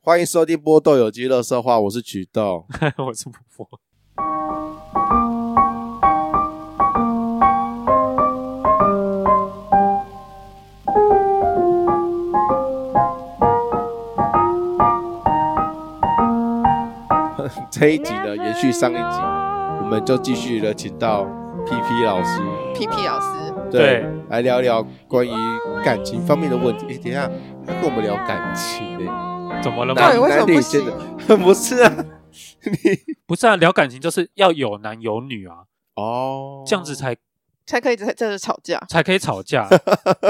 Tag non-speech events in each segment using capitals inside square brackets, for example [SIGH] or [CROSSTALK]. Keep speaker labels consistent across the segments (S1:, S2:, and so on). S1: 欢迎收听波豆有机乐色话，我是曲
S2: [LAUGHS]
S1: 豆。
S3: [LAUGHS] 我是婆婆。
S1: 这一集呢，延续上一集，我们就继续的请到 P P 老师，
S2: 皮 [LAUGHS] 皮老师，
S3: 对
S1: 来聊聊关于感情方面的问题。诶等一下，他跟我们聊感情呢、
S3: 怎么了
S1: 那
S3: 吗
S2: 到？底为什么不
S1: 那你 [LAUGHS]
S2: 行？
S1: 不是啊？你
S3: 不是啊，聊感情就是要有男有女啊，
S1: 哦，
S3: 这样子才，
S2: 才可以在在这吵
S1: [LAUGHS]
S2: 架
S3: 才可以吵架，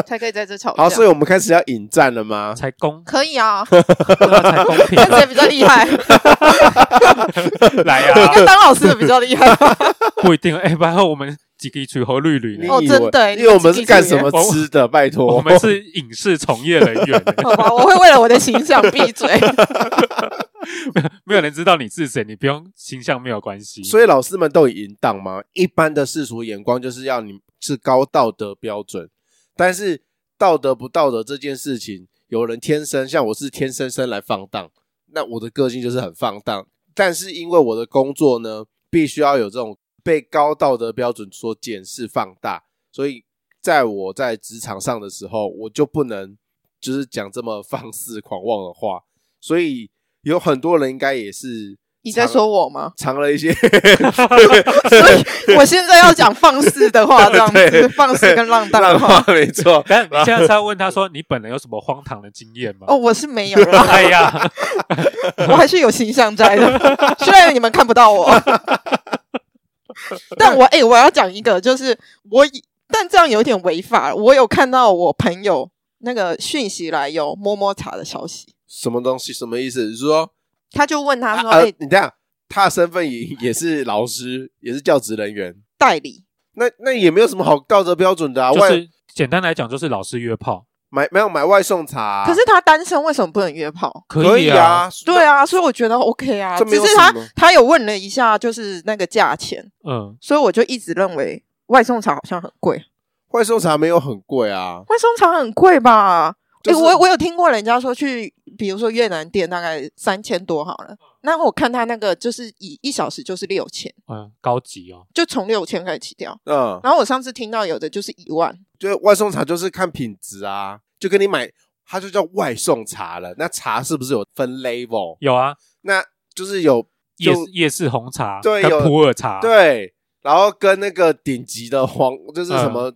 S2: 才可以在这吵架。
S1: 好，所以我们开始要引战了吗？
S3: 才公， [LAUGHS]
S2: 可
S1: [LAUGHS]
S2: 以啊，
S3: 对啊才公平
S2: 看谁比较厉害，应
S3: 来啊！
S2: 该当老师的比较厉害吧。
S3: 不一定，哎，然后我们几个一起和绿绿
S1: 你
S3: 呢
S1: 以，
S2: 哦
S1: 为
S2: 真的
S1: 因为我们是干什么
S3: 你自己
S1: 吃的？拜托，
S3: 我们是影视从业人员，
S1: 哦
S2: 好吧，我会为了我的
S1: [LAUGHS]
S2: 形象闭嘴。
S3: 没有人知道你是谁，你不用形象没有关系。
S1: 所以老师们都有淫荡吗？一般的世俗眼光就是要你是高道德标准，但是道德不道德这件事情，有人天生像我是天生生来放荡，那我的个性就是很放荡，但是因为我的工作呢，必须要有这种被高道德标准所检视放大，所以在我在职场上的时候，我就不能就是讲这么放肆狂妄的话，所以有很多人应该也是。
S2: 你在说
S1: [LAUGHS]
S2: 我吗？
S1: 藏了一些
S2: 所以 [LAUGHS] 我现在要讲放肆的话，这样
S1: 对
S2: 子，放肆跟浪荡的
S1: 浪
S2: 话
S1: 话，。没错。
S3: 但你现
S1: 啊
S3: 在是要问他说，你本人有什么荒唐的经验吗？
S2: 哦，我是没有啦，
S3: [LAUGHS] 哎呀，
S1: 啊
S2: 我还是有形象在
S1: [LAUGHS]
S2: 的，虽然你们看不到我，但我哎、我要讲一个，就是我以，但这样有点违法。我有看到我朋友那个讯息来有摸摸茶的消息，
S1: 什么东西？什么意思？你是说
S2: 他就问他说：“
S1: 啊
S2: 哎、
S1: 你这样，他的身份也也是老师，也是教职人员，
S2: 代理
S1: 那那也没有什么好道德标准的啊。
S3: 就
S1: 外
S3: 是简单来讲，就是老师约炮，
S1: 买没有买外送茶啊、
S2: 可是他单身，为什么不能约炮？
S1: 可
S3: 以
S1: 以
S3: 啊，
S1: 啊，
S2: 对啊，所以我觉得 OK 啊，
S1: 这没
S2: 只
S1: 有
S2: 是
S1: 什
S2: 他
S1: 么
S2: 他有问了一下，就是那个价钱，
S3: 嗯，
S2: 所以我就一直认为外送茶好像很贵，
S1: 外送茶没有很贵啊。
S2: 外送茶很贵吧？
S1: 就
S2: 哎、
S1: 是
S2: 我我有听过人家说去，比如说越南店大概三千多好
S1: 嗯
S2: 了，那我看他那个就是以一小时就是六千，
S3: 嗯，高级哦，
S2: 就从六千开始起跳。
S1: 嗯，
S2: 然后我上次听到有的就是一万，
S1: 就是外送茶就是看品质啊，就跟你买，它就叫外送茶了。那茶是不是有分 level？
S3: 有啊，
S1: 那就是有
S3: 夜
S1: 就
S3: 夜市红茶
S1: 对
S3: 跟
S1: 有
S3: 普洱茶，
S1: 对，然后跟那个顶级的黄就是什么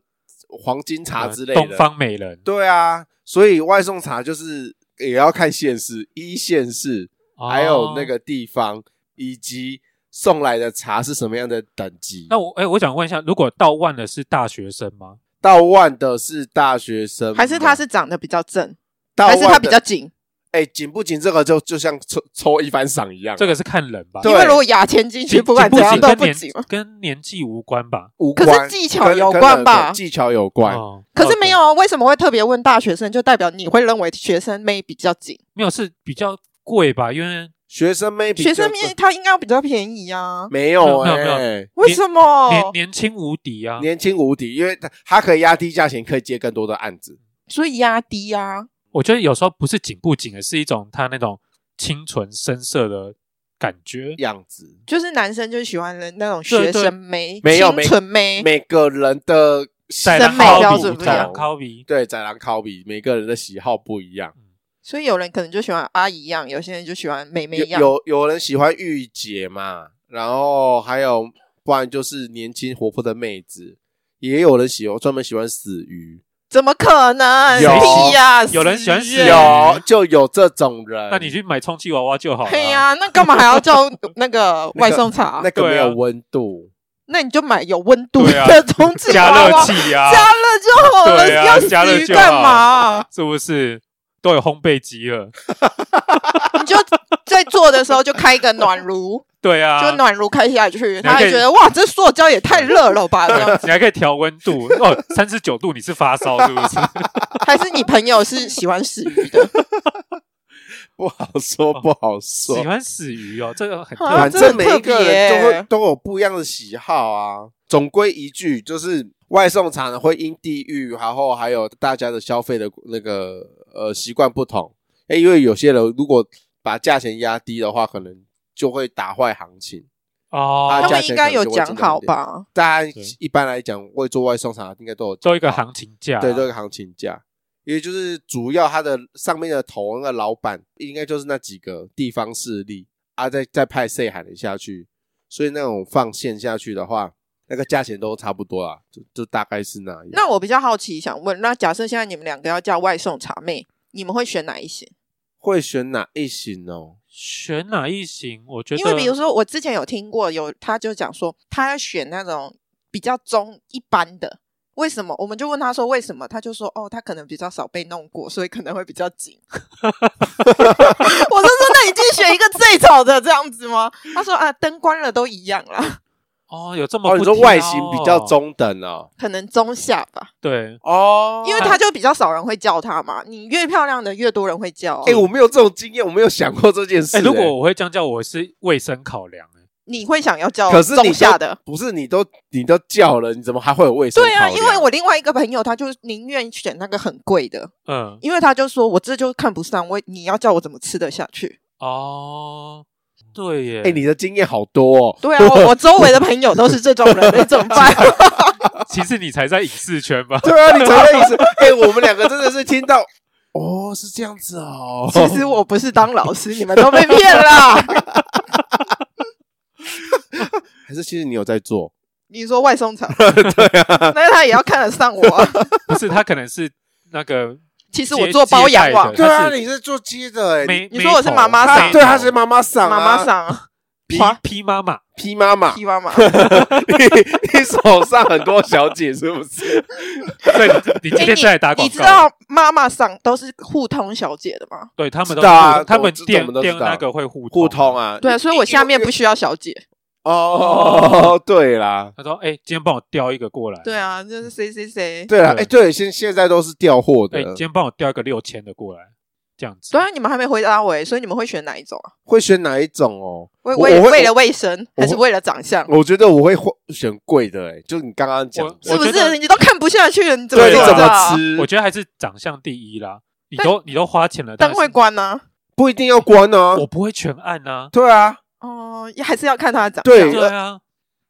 S1: 黄金茶
S3: 嗯
S1: 之类的，
S3: 东方美人
S1: 对啊，所以外送茶就是也要看县市，一县市，
S3: 哦
S1: 还有那个地方，以及送来的茶是什么样的等级。
S3: 那我哎、我想问一下，如果到万的是大学生吗？
S1: 到万的是大学生吗，
S2: 还是他是长得比较正，
S1: 嗯到
S2: 还是他
S1: 万
S2: 比
S1: 的
S2: 较紧？
S1: 哎紧不紧？这个就就像抽抽一番赏一样，
S3: 这个是看人吧，
S1: 啊对
S2: 因为如果牙签进去，
S3: 紧
S2: 不管
S3: 紧
S2: 怎样
S3: 紧
S2: 都
S3: 跟
S2: 不
S3: 年
S2: 紧嘛。
S3: 跟年纪无关吧？
S1: 无
S2: 可
S1: 关
S2: 是技巧
S1: 跟
S2: 有
S1: 跟
S2: 关
S1: 那个
S2: 吧
S1: 技巧有关，
S3: 哦，
S2: 可是没有
S3: 哦
S2: 啊，为什么会特别问大学生？就代表你会认为学生妹比较紧，
S3: 对没有是比较贵吧？因为
S1: 学生妹比
S2: 学
S1: 较
S2: 生妹她应该要比较便宜啊？
S1: 没有
S3: 没有没有
S1: 哎。
S2: 为什
S3: 年
S2: 么？
S3: 年轻无敌啊，
S1: 年轻无敌，因为他他可以压低价钱，可以接更多的案子。
S2: 所以压低啊，
S3: 我觉得有时候不是紧不紧的，是一种他那种清纯深色的感觉。
S1: 样子，
S2: 就是男生就喜欢的那种
S3: 对
S2: 学
S3: 对
S2: 生妹、
S1: 没有没
S2: 清纯妹，
S1: 每个人的
S3: 宰
S2: 嗯
S3: 狼
S2: 审美
S3: 烤
S2: 标
S3: 比
S2: 准不一
S3: 宰
S2: 样
S3: 狼烤比，
S1: 对，宰狼烤比，每个人的喜好不一样。
S2: 所以有人可能就喜欢阿姨样，有些人就喜欢妹妹
S1: 有
S2: 样。
S1: 有有人喜欢御姐嘛，然后还有不然就是年轻活泼的妹子，也有人喜欢专门喜欢死鱼，
S2: 怎么可能？
S1: 有
S2: 屁呀、
S3: 有人喜欢
S2: 死
S3: 对
S2: 人
S1: 有就有这种人。
S3: 哦那你去买充气娃娃就好了。啊
S2: 嘿呀、那干嘛还要叫那个外送
S3: [LAUGHS]
S2: 茶？那
S1: 那个没
S3: 对啊
S1: 有温度，
S2: 你就买有温度
S3: 对啊
S2: 的充气
S3: 加
S2: 娃
S3: 热
S2: 娃，
S3: 器呀、
S2: 加热就好了，
S3: 对啊
S2: 要死
S3: 加热
S2: 鱼
S3: 就好
S2: 干嘛？
S3: 是不是都有烘焙机了？
S2: 你就在做的时候就开一个暖炉，
S3: 对 [LAUGHS] 啊，
S2: 就暖炉开下去，
S3: 你还
S2: 他
S3: 可以
S2: 还觉得哇，这塑胶也太热
S3: [LAUGHS]
S2: 了吧？这样
S3: 你还可以调温度哦，三十九度你是发烧
S1: [LAUGHS]
S3: 是不
S1: 啊
S3: 是？
S2: 还是你朋友是喜欢死鱼的？
S1: 不好说，不好
S3: 喜
S1: 说。
S3: 欢哦死鱼哦，这个很特
S2: 啊
S1: 反
S2: 这个
S1: 正
S2: 很
S1: 每一个
S2: 特别
S1: 人都会
S2: 欸
S1: 都有不一样的喜好啊。总归一句，就是外送茶呢会因地域，然后欸还有大家的消费的那个呃习惯不同。哎，因为有些人如果把价钱压低的话，可能就会打坏行情。
S3: 哦
S1: 大
S2: [LAUGHS] 他，
S1: 家
S2: 们应该有讲好吧？
S1: 大家
S3: 对
S1: 一般来讲，会做外送啥应该都有
S3: 做一个行情价，
S1: 对，都有一个行情价。因为就是主要它的上面的头那个老板，应该就是那几个地方势力啊，再再派 C 喊的下去，所以那种放线下去的话，那个价钱都差不多啦，就就大概是那样。
S2: 那我比较好奇，想问，那假设现在你们两个要叫外送茶妹，你们会选哪一些？
S1: 会选哪一型哦？
S3: 选哪一型？我觉得，
S2: 因为比如说，我之前有听过有，他就讲说他要选那种比较中一般的，为什么？我们就问他说为什么，他就说哦，他可能比较少被弄过，所以可能会比较紧。 [LAUGHS] 我就说那你就选一个最丑的这样子吗？他说啊，灯关了都一样啦，
S3: 哦，有这么
S1: 哦，你
S3: 不
S1: 说
S3: 挑
S1: 外形比较，中等哦，
S2: 可能中下吧，
S3: 对，
S1: 哦
S2: 因为他就比较少人会叫他嘛。你越漂亮的越多人会叫、啊，
S1: 哎、我没有这种经验，我没有想过这件事、
S3: 哎，如
S1: 哎
S3: 果我会这样叫，我是卫生考量，哎
S2: 你会想要叫
S1: 可是你
S2: 中下
S1: 都
S2: 的。
S1: 不是你都你都叫了，你怎么还会有卫生考
S2: 对
S1: 量？
S2: 啊，因为我另外一个朋友，他就宁愿选那个很贵的，
S3: 嗯，
S2: 因为他就说我这就看不上，我你要叫我怎么吃得下去？
S3: 哦，对耶，
S1: 哎、你的经验好多、哦，
S2: [LAUGHS] 对啊，我我周围的朋友都是这种人，你怎么办？
S3: 其实你才在影视圈吧？ [LAUGHS]
S1: [LAUGHS] 对啊，你承认你是哎、我们两个真的是听到哦，是这样子哦。
S2: [LAUGHS] 其实我不是当老师，你们都被骗 [LAUGHS] 了。
S1: 还是其实你有在做，
S2: 你说外送厂， [LAUGHS] 对啊，那他也要看得上我啊。
S3: 不是，他可能是那个
S2: 其实我做包养网
S3: 接，对啊
S1: 你是做接的哎
S3: 没，
S2: 你说我是妈妈
S1: 他
S2: 桑，
S1: 对他是妈妈桑、
S2: 妈妈桑哎啊，
S3: P
S2: 花
S3: P 妈妈，
S1: P 妈妈，
S2: 屁妈妈。 [LAUGHS]
S1: [LAUGHS] 你你手上很多小姐是不是？
S3: 对，你你今天
S2: 诶
S3: 再来打
S2: 哎
S3: 广
S2: 你你知
S3: 告，
S2: 道妈妈桑都是互通小姐的吗？
S3: 对他们都
S1: 知道啊
S3: 是他
S1: 我
S3: 们
S1: 知道
S3: 店
S1: 我们都知
S3: 店
S1: 道
S3: 那个会互
S1: 互
S3: 通
S1: 通。啊，
S2: 对啊，所以我下面不需要小姐。
S1: 哦，对啦，
S3: 他说：“哎，今天帮我调一个过来。”
S2: 对啊，就是谁谁谁。
S1: 对啦，哎、
S3: 对
S1: 对，现现在都是调货的
S3: 哎、，今天帮我调一个六千的过来，这样子。
S2: 对啊，你们还没回答我诶，所以你们会选哪一种啊？
S1: 会选哪一种哦？
S2: 为
S1: 我
S2: 为
S1: 我会
S2: 为了卫生，
S1: 我
S2: 还是为了长相？
S1: 我觉得我会选贵的、哎，就你刚刚讲的，
S2: 是
S3: 我
S2: 不
S3: 觉得
S2: 是？你都看不下去了，你怎么
S1: 对，
S2: 知
S1: 你
S2: 道
S1: 怎
S2: 啊
S1: 么？吃？
S3: 我觉得还是长相第一啦。你都你都花钱了，
S2: 灯
S3: 但
S2: 会啊
S3: 是
S2: 关呢、
S1: 不一定要关哦、
S3: 我不会全按啊。
S1: 对啊，
S2: 哦，也还是要看他的长
S1: 对
S2: 相。
S3: 对啊，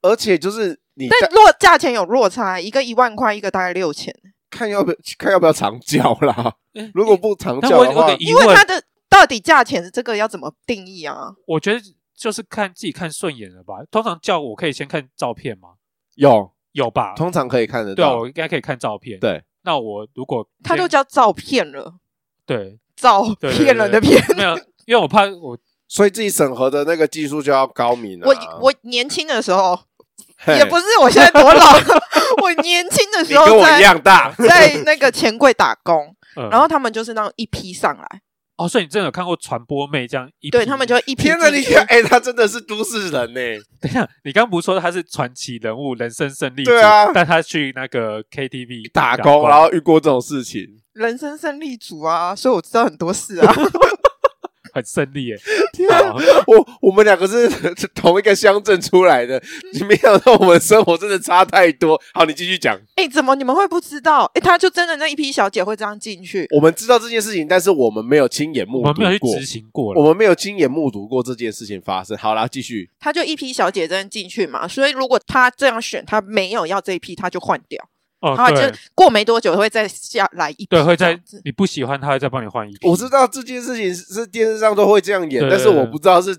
S1: 而且就是你在
S2: 但如果价钱有落差，一个一万块，一个大概六千，
S1: 看要不要看要不要长教啦。 [LAUGHS]
S3: 哎
S1: 如果不长
S3: 但
S1: 教
S3: 我
S1: 的
S3: 有
S1: 话
S3: 个，疑
S2: 因为
S3: 问
S2: 它，的到底价钱这个要怎么定义啊？
S3: 我觉得就是看自己看顺眼了吧。通常叫我可以先看照片吗？
S1: 有
S3: 有吧？
S1: 通常可以看得
S3: 对啊，
S1: 到。
S3: 我应该可以看照片。
S1: 对，
S3: 那我如果
S2: 它都叫照片了，
S3: 对
S2: 照
S3: 对
S2: 骗人的
S3: 片
S2: 骗。
S3: 没有，因为我怕我
S1: 所以自己审核的那个技术就要高明了。
S2: 我我年轻的时候，
S1: 嘿
S2: 也不是我现在多
S1: [LAUGHS]
S2: 老，我年轻的
S1: 你
S2: 时
S1: 跟
S2: 候
S1: 我一
S2: 在，
S1: 样大
S2: [LAUGHS] 在那个钱柜打工，
S3: 嗯，
S2: 然后他们就是那种一批上来，
S3: 哦，所以你真的有看过传播妹这样一
S2: 对
S3: 批
S2: 他们就一批
S1: 天哪！
S2: 进
S1: 你
S2: 去
S1: 看， [LAUGHS] 哎，他真的是都市人呢。
S3: 等一下， [LAUGHS] 你刚不是说他是传奇人物、人生胜利者？
S1: 对啊
S3: 但他去那个 KTV
S1: 打工，然后遇过这种事情，
S2: 人生胜利组啊，所以我知道很多事啊。
S3: 很胜利耶！
S1: [LAUGHS] 天啊！
S3: 好
S1: 我我们两个是是同一个乡镇出来的，你没想到我们生活真的差太多。好，你继续讲。
S2: 哎、怎么你们会不知道？哎、他就真的那一批小姐会这样进去，
S1: 我们知道这件事情，但是我们没有亲眼目睹过，
S3: 我们没有去执行过
S1: 我
S3: 了，
S1: 们没有亲眼目睹过这件事情发生。好啦，继续。
S2: 他就一批小姐真的进去嘛。所以如果他这样选，他没有要这一批，他就换掉，
S3: 哦
S2: 然后
S3: 对
S2: 就过没多久会再下来一批这
S3: 对，
S2: 样子，
S3: 会在你不喜欢他，会再帮你换一批。
S1: 我知道这件事情是是电视上都会这样演，
S3: 对
S1: 但是我不知道是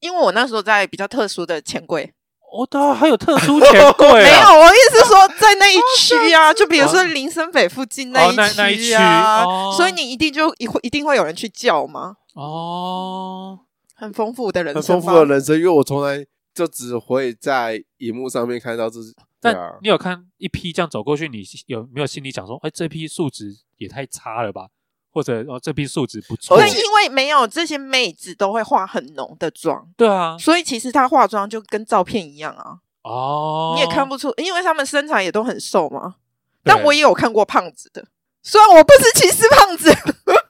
S2: 因为我那时候在比较特殊的钱柜，
S3: 哦，对啊，还有特殊钱柜
S2: 没有，
S3: 啊，
S2: 我意思是说在那一区啊，就比如说林森北附近
S3: 哦那那
S2: 一
S3: 一
S2: 区啊，
S3: 区哦
S2: 所以你一定就一会一定会有人去叫嘛，
S3: 哦，
S2: 很丰富的人生，
S1: 很丰富的。人生，因为我从来就只会在荧幕上面看到这。对
S3: 但
S1: 啊，
S3: 你有看一批这样走过去，你有没有心里想说，哎，这批素质也太差了吧？或者哦，这批素质不错
S1: 而
S2: 但
S1: 且，
S2: 因为没有这些妹子都会化很浓的妆，
S3: 对啊，
S2: 所以其实她化妆就跟照片一样啊，
S3: 哦，
S2: 你也看不出，因为她们身材也都很瘦嘛。
S3: 对，
S2: 但我也有看过胖子的，虽然我不是歧视胖子， [LAUGHS]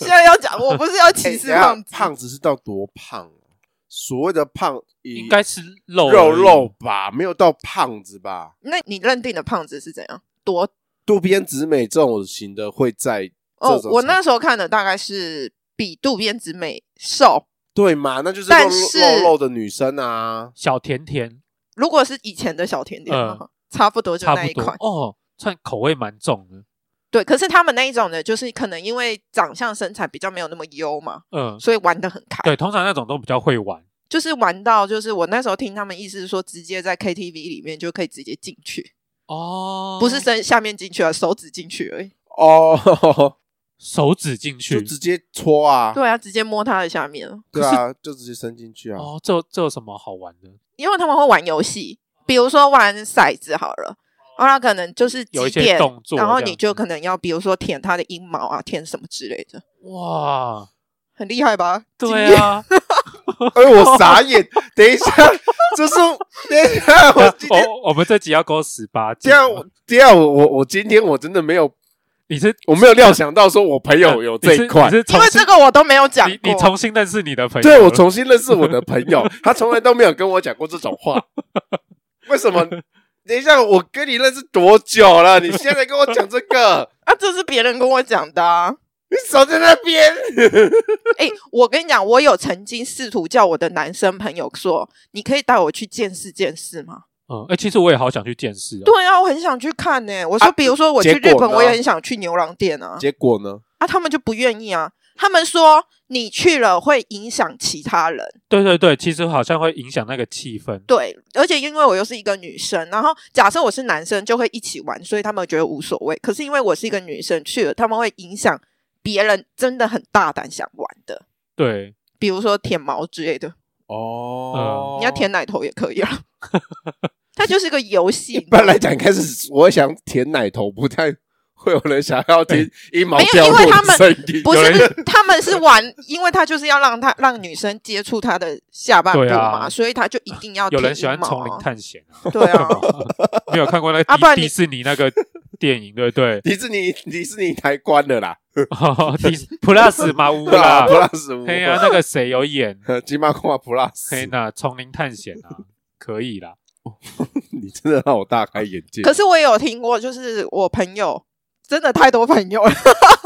S2: 现在要讲我不是要歧视
S1: 哎等一
S2: 胖子，
S1: 下胖子是到多胖啊？所谓的胖，以
S3: 应该是肉
S1: 肉
S3: 而已
S1: 肉吧，没有到胖子吧？
S2: 那你认定的胖子是怎样？多
S1: 渡边直美这种型的会在
S2: 哦
S1: 这，种
S2: 我
S1: 才
S2: 那时候看的大概是比渡边直美瘦。
S1: 对嘛？那就是
S2: 但
S1: 肉
S2: 是
S1: 肉肉的女生啊，
S3: 小甜甜
S2: 如果是以前的小甜点的话，差不多就
S3: 嗯差
S2: 那
S3: 不
S2: 一
S3: 多
S2: 款。
S3: 哦，算口味蛮重的，
S2: 对，可是他们那一种呢，就是可能因为长相身材比较没有那么优嘛，
S3: 嗯，
S2: 所以玩的很开。
S3: 对，通常那种都比较会玩，
S2: 就是玩到就是我那时候听他们意思是说，直接在 KTV 里面就可以直接进去，
S3: 哦，
S2: 不是伸下面进去啊，手指进去而已。
S1: 哦， [LAUGHS]
S3: 手指进
S1: 就
S3: 去
S1: 直接戳
S3: 哦
S1: 啊，
S2: 对啊，直接摸它的下面啊，
S1: 对啊，就直接伸进去啊。
S3: 哦，这这有什么好玩的？
S2: 因为他们会玩游戏，比如说玩骰子好了。然后他可能就是
S3: 有
S2: 几
S3: 一些
S2: 点
S3: 动，作
S2: 然后
S3: 这样
S2: 你就
S3: 子
S2: 可能要，比如说舔它的阴毛啊，舔什么之类的，
S3: 哇，
S2: 很厉害吧？
S3: [LAUGHS] 对啊，
S1: [LAUGHS] 哎，我傻眼，等一下， [LAUGHS] 这是等一
S3: [LAUGHS]
S1: 下，我今天
S3: 哦我我们这集要勾十八
S1: 这
S3: 禁
S2: 啊
S1: 样
S3: 吗，，
S1: 这样，我我我今天我真的没有，
S3: 你是
S1: 我没有料想到说我朋
S3: [LAUGHS]
S1: 友有这一块
S3: 你。是
S2: 因为这个我都没有讲
S3: 你
S2: 过。
S3: 你重新认识你的朋友了，
S1: 对我重新认识我的朋友， [LAUGHS] 他从来都没有跟我讲过这种话。为什么？等一下，我跟你认识多久了？你现在跟我讲这个， [LAUGHS]
S2: 啊，这是别人跟我讲的、啊。
S1: 你少在那边。
S2: 哎、我跟你讲，我有曾经试图叫我的男生朋友说：“你可以带我去见识见识吗
S3: 嗯，哎，其实我也好想去见识？”哦，
S2: 对啊，我很想去看呢、我说，
S1: 啊
S2: 比如说我去
S1: 结
S2: 日
S1: 果
S2: 本，
S1: 呢
S2: 我也很想去牛郎店啊。
S1: 结果呢？
S2: 啊，他们就不愿意啊。他们说你去了会影响其他人，
S3: 对对对，其实好像会影响那个气氛，
S2: 对，而且因为我又是一个女生，然后假设我是男生就会一起玩，所以他们觉得无所谓。可是因为我是一个女生去了，他们会影响别人，真的很大胆想玩的，
S3: 对，
S2: 比如说舔毛之类的。
S3: 嗯
S1: 哦，
S2: 你要舔奶头也可以啊。 [LAUGHS] 它就是个游戏，
S1: 一 [LAUGHS] 般来讲，应该是我想舔奶头，不太会有人想要听阴毛
S2: 没有
S1: 掉
S2: 因为
S1: 落
S2: 他
S1: 的
S2: 们
S1: 声音。
S2: 不
S1: 有人？
S2: 是 [LAUGHS] 他们是玩，因为他就是要让他让女生接触他的下半部
S3: 对啊
S2: 嘛，所以他就一定要
S3: 有人
S2: 舔
S3: 喜欢
S2: 阴毛
S3: 丛林
S2: 啊
S3: 探险啊，
S2: 对
S3: [LAUGHS]
S2: 啊，
S3: 没有看过那
S2: [LAUGHS] 啊不
S3: 个
S2: 然
S3: 迪
S2: 你
S3: 迪士尼那个电影，对不对
S1: 迪士尼，迪士尼台关了啦，
S3: [LAUGHS] 迪 Plus 嘛，乌
S1: 对啦
S3: 啦，
S1: ，Plus 五，
S3: 啊
S1: 啊
S3: 嘿呀，那个谁有演？
S1: [LAUGHS] 金马空 Plus，
S3: 嘿那丛林探险啊，可以啦。
S1: [LAUGHS] 你真的让我大开眼界。
S2: 可是我也有听过，就是我朋友真的太多朋友了， [LAUGHS]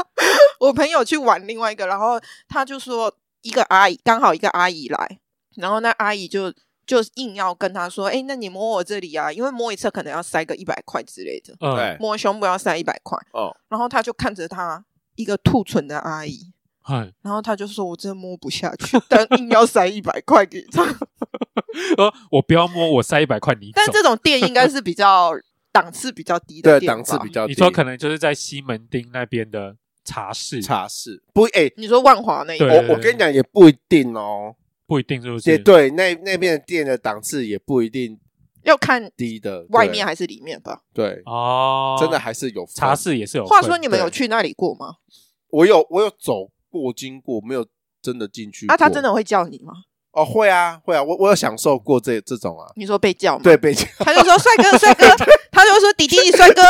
S2: 我朋友去玩另外一个，然后他就说一个阿姨刚好一个阿姨来，然后那阿姨就就硬要跟他说，哎、那你摸我这里啊，因为摸一次可能要塞个一百块之类的，
S3: 嗯，
S1: 对，
S2: 摸胸部要塞一百块。
S1: 哦，
S2: 然后他就看着他一个兔唇的阿姨，
S3: 嗨，
S2: 然后他就说：“我真的摸不下去，但硬要塞一百块给
S1: [LAUGHS]
S2: 他。
S3: 呃，我不要摸，我塞一百块你”走
S2: 但。这种店应该是比较档次比较低
S1: 对，
S2: 的店吧
S1: 档次比较低。
S3: 你说可能就是在西门町那边的茶室，
S1: 茶室不？哎，
S2: 你说万华那一
S3: 对
S1: 我我跟你讲也不一定哦，
S3: 不一定是不
S1: 也
S3: 是？
S1: 对，那那边的店的档次也不一定
S2: 要看
S1: 低的，对
S2: 外面还是里面吧。
S1: 对，
S3: 哦，
S1: 真的还是有分
S3: 茶室也是有分。
S2: 话说你们有
S1: 哦对
S2: 去那里过吗？
S1: 我有我有走过经过，没有真的进去过。
S2: 啊，他真的会叫你吗？
S1: 哦，会啊会啊，我我有享受过这这种啊，
S2: 你说被叫吗？
S1: 对，，被抢
S2: 他就说：“帅哥，帅哥。”
S1: [LAUGHS]
S2: 他就说：“弟弟，帅哥，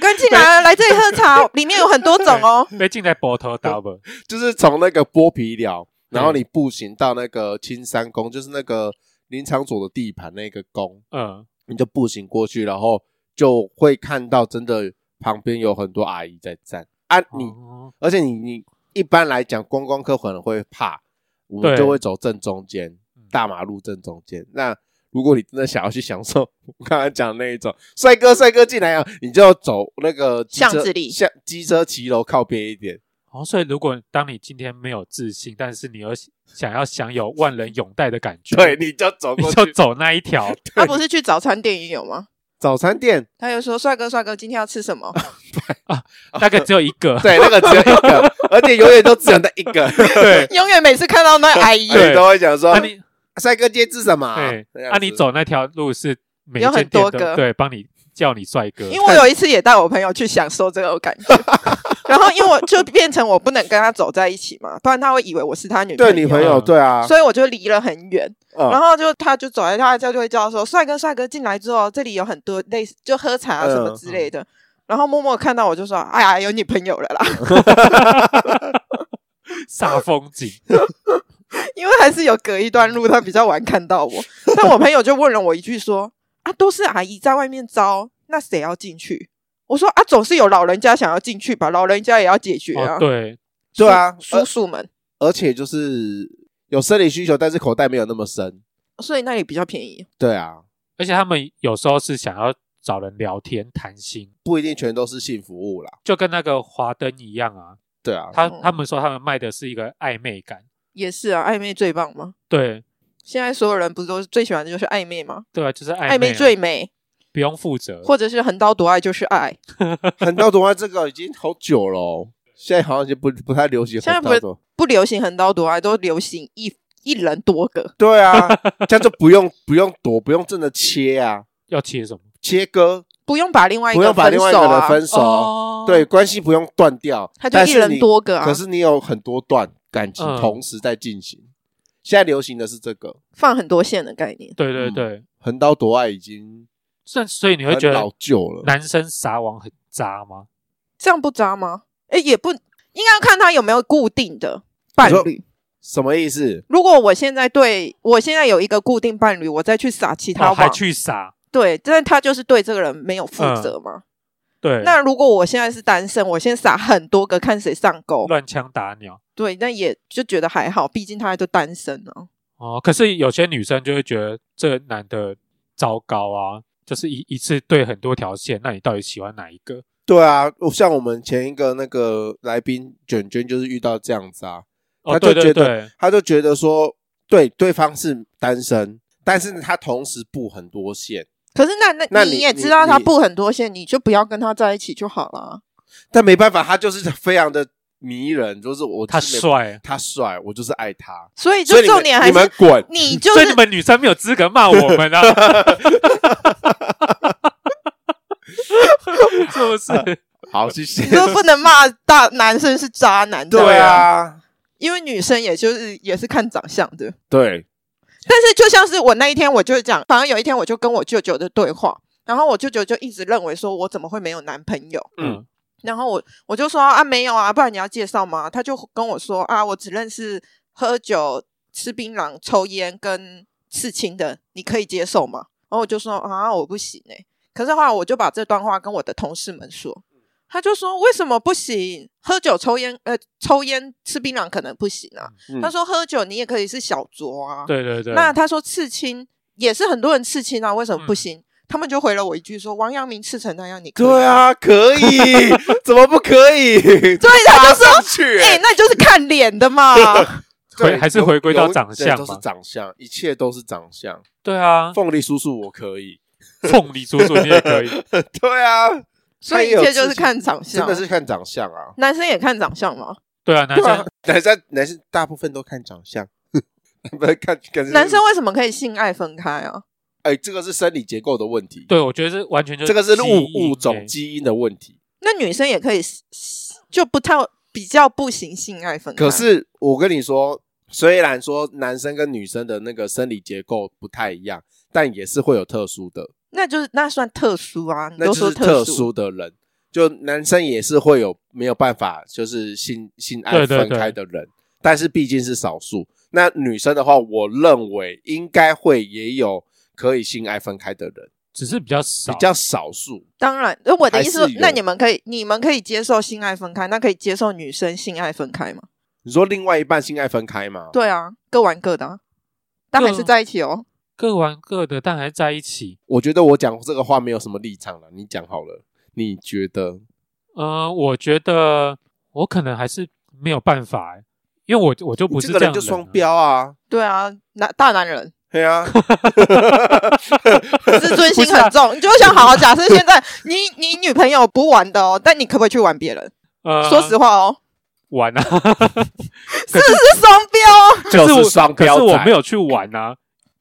S2: 跟进来，来这里喝茶，里面有很多种哦。
S3: 被进在 bottle double，
S1: 就是从那个剥皮寮，然后你步行到那个青山宫，就是那个林场所的地盘那个宫，
S3: 嗯，
S1: 你就步行过去，然后就会看到真的旁边有很多阿姨在站啊，你
S3: 哦
S1: 而且你你一般来讲观光客可能会怕，我们
S3: 对
S1: 就会走正中间
S3: 嗯，
S1: 大马路正中间。那如果你真的想要去享受我刚才讲的那一种，帅哥帅哥进来啊，你就要走那个机车
S2: 巷子里
S1: 巷机车骑楼靠边一点。
S3: 哦，所以如果当你今天没有自信，但是你又想要享有万人拥戴的感觉，
S1: 对，，你就走
S3: 你
S1: 过
S3: 就 [LAUGHS]
S1: 去。
S3: 走那一
S1: [LAUGHS]
S3: 条。”
S2: 他不是去早餐店也有吗？
S1: 早餐店，
S2: 他就说：“帅哥，帅哥，今天要
S1: [LAUGHS]
S2: 吃什么？”，
S3: 大概只有一个，
S1: 对，那个只有一个，而且永远都只有那一个。
S3: 对
S2: [LAUGHS] 永远每次看到那哎阿
S1: [LAUGHS]
S2: 姨，
S3: 对
S1: 你都会讲
S2: 啊
S1: 说
S3: 那，你
S1: 帅哥今天吃什么啊？
S3: 对
S1: 这，样
S3: 啊，你
S1: 子
S3: 走那条路是每一
S2: 有很
S3: 间店
S2: 多
S3: 都
S2: 个
S3: 对，帮你叫你帅哥，
S2: 因为我有一次也带我朋友去享受这个感觉， [LAUGHS] 然后因为我就变成我不能跟他走在一起嘛，不然他会以为我是他女
S1: 对
S2: 友，
S1: 女朋友，
S3: 嗯
S1: 对啊，
S2: 所以我就离了很远。
S1: 嗯
S2: 然后就他就走在他家就会叫说：“帅哥，帅哥，进来之后，这里有很多类似就喝茶什么之类
S1: 嗯
S2: 的。”然后默默看到我就说：“哎呀，有女朋友了啦， [LAUGHS]
S3: [LAUGHS] 煞风
S2: [LAUGHS]
S3: 景，
S2: 因为还是有隔一段路，他比较晚看到
S1: [LAUGHS]
S2: 我。”但我朋友就问了我一句说：“啊，都是阿姨在外面招，那谁要进去？”我说：“啊，总是有老人家想要进
S1: 哦
S2: 去吧，老人家也要解决啊。
S3: 哦，对，
S1: 对啊，
S2: 叔叔们。
S1: 而且就是有生理需求，但是口袋没有那么深。
S2: 所以那里比较便宜。
S1: 对啊，
S3: 而且他们有时候是想要找人聊天谈心，
S1: 不一定全都是性服务啦。
S3: 就跟那个华灯一样啊。
S1: 对啊，
S3: 他
S2: 哦
S3: 他们说他们卖的是一个暧昧感，
S2: 也是啊，暧昧最棒嘛。
S3: 对
S2: 现在所有人不是都是最喜欢的就是暧昧吗？
S3: 对啊，就是暧昧啊
S2: 暧昧最美，
S3: 不用负责，
S2: 或者是横刀夺爱就是爱。
S1: 横刀夺爱这个已经好久了哦、现在好像已经不不太流行
S2: 现在
S1: 横
S2: 不
S1: 刀
S2: 是
S1: 夺。
S2: 不流行横刀夺爱，都流行一一人多个。
S1: 对
S2: [LAUGHS]
S1: 啊，这样就不用不用躲，不用真的切啊，
S3: 要切什么？
S1: 切割
S2: 不用把另外一
S1: 不
S2: 个
S1: 用把
S2: 分
S1: 另外一
S2: 手
S1: 个人
S2: 啊，
S1: 分手，
S3: 哦
S1: 对，关系不用断掉。
S2: 他就
S1: 但
S2: 一
S1: 是
S2: 人
S1: 你
S2: 多个啊
S1: 可。是你有很多段感情
S3: 嗯
S1: 同时在进行，现在流行的是这个
S2: 放很多线的概念，
S3: 对对
S1: 嗯
S3: 对，
S1: 横刀夺爱已经
S3: 所以所以你会
S1: 很
S3: 觉
S1: 老
S3: 得
S1: 旧了。
S3: 男生撒网很渣吗？
S2: 这样不渣吗？哎，也不应该要看他有没有固定的伴
S1: 你说
S2: 侣。
S1: 什么意思？
S2: 如果我现在对我现在有一个固定伴侣，我再去撒其他
S3: 哦，还
S2: 网，
S3: 去嗯撒？
S2: 对，但他就是对这个人没有负责嘛。
S3: 对，
S2: 那如果我现在是单身，我先撒很多个看谁上钩，
S3: 乱枪打鸟
S2: 对，那也就觉得还好，毕竟他都单身啊了、
S3: 哦。可是有些女生就会觉得这个男的糟糕啊，就是一一次对很多条线，那你到底喜欢哪一个？
S1: 对啊，像我们前一个那个来宾卷卷就是遇到这样子啊，
S3: 哦，
S1: 他
S3: 对
S1: 就
S3: 对
S1: 觉得
S3: 对，
S1: 他就觉得说，对，对方是单身，但是他同时布很多线，
S2: 可是那那
S1: 那
S2: 你
S1: 你
S2: 也
S1: 你
S2: 知道他
S1: 你
S2: 布很多线，你就不要跟他在一起就好了。啊
S1: 但没办法，他就是非常的迷人，就是我
S3: 他
S1: 就是没，
S3: 帅，
S1: 他帅，我就是爱他。
S2: 所以
S1: 所
S2: 就
S1: 以你
S2: 重
S1: 们
S2: 点还
S1: 你们
S2: 是
S1: 滚，
S2: 你就
S3: 所以你
S2: 是
S3: 们女生没有资格骂我们啊， [LAUGHS] 是不
S1: [LAUGHS]
S3: 是？
S1: 好，谢谢
S2: 你。就不能骂大男生是渣男，这
S1: 对
S2: 样
S1: 啊，
S2: 因为女生也就是也是看长相的。
S1: 对，
S2: 但是就像是我那一天，我就讲，反正有一天我就跟我舅舅的对话，然后我舅舅就一直认为说我怎么会没有男朋友，
S3: 嗯
S1: 嗯，
S2: 然后我我就说啊没有啊，不然你要介绍吗？他就跟我说啊，我只认识喝酒、吃槟榔、抽烟跟刺青的，你可以接受吗？然后我就说啊，我不行哎、可是后来我就把这段话跟我的同事们说，
S1: 嗯
S2: 他就说为什么不行？喝酒、抽烟，呃，抽烟、吃槟榔可能不行啊。
S1: 嗯
S2: 他说喝酒你也可以是小酌啊，
S3: 对对对，
S2: 那他说刺青也是很多人刺青啊，为什么不
S1: 嗯
S2: 行？他们就回了我一句说：“王阳明刺成那样，你可以
S1: 对。啊，可 [LAUGHS] 以，怎么不可以？
S2: 对，他就说
S1: 上 [LAUGHS] 去：“欸
S2: 哎、那就是看脸的嘛。
S1: [LAUGHS]
S3: 回
S1: 对啊
S3: 还是回归到
S1: 永
S3: 长
S1: 对
S3: 相
S1: 都是
S3: 嘛
S1: 长相，一切都是长相。
S3: 对啊，
S1: 凤梨叔叔我可以，
S3: 凤梨叔叔你也
S1: [LAUGHS]
S3: 可以，
S1: 对啊，”
S2: 所以一切就是看长
S1: 真
S2: 相，
S1: 的是看长相啊。
S2: 男生也看长相嘛。
S3: 对啊，男
S1: 对啊
S3: 生，
S1: 男生男生大部分都看长相， [LAUGHS] 不是看看
S2: 男生为什么可以性爱分开啊？
S1: 哎，这个是生理结构的问题，
S3: 对我觉得是完全就是
S1: 这个是
S3: 基因
S1: 物物种
S3: 欸
S1: 基因的问题。
S2: 那女生也可以，就不太比较不行性爱分开。
S1: 可是我跟你说，虽然说男生跟女生的那个生理结构不太一样，但也是会有特殊的，
S2: 那就是那算特殊啊，你
S1: 那
S2: 都
S1: 就
S2: 说
S1: 是特
S2: 殊，
S1: 殊的人。就男生也是会有没有办法，就是性性
S3: 对
S1: 爱
S3: 对
S1: 分开的人，但是毕竟是少数。那女生的话，我认为应该会也有可以性爱分开的人，
S3: 只是比较少，
S1: 比较少数。
S2: 当然，呃我的意思说
S1: 还是，有
S2: 那你们可以，你们可以接受性爱分开，那可以接受女生性爱分开吗？
S1: 你说另外一半性爱分开吗？
S2: 对啊，各玩各的、啊，但还是
S1: 啊
S2: 在一起哦。
S3: 各玩各的，但还在一起。
S1: 我觉得我讲这个话没有什么立场了，你讲好了，你觉得？
S3: 嗯、我觉得我可能还是没有办法、欸，因为我我就
S1: 你
S3: 不是
S1: 这个
S3: 样
S1: 人就
S3: 啊
S1: 双，标啊，
S2: 对啊，男大男人
S1: 对
S3: [LAUGHS]
S1: 啊。
S2: [LAUGHS] 自尊心
S3: 啊
S2: 很重，你就想好好假设现在 [LAUGHS] 你你女朋友不玩的哦，但你可不可以去玩别人？
S3: 呃，
S2: 说实话哦，
S3: 玩啊，
S2: [LAUGHS] 是不是双标哦？
S1: 就
S3: 可
S1: 是
S3: 我
S1: 双
S3: 可
S1: 标
S3: 是
S1: 仔
S3: 我没有去玩啊，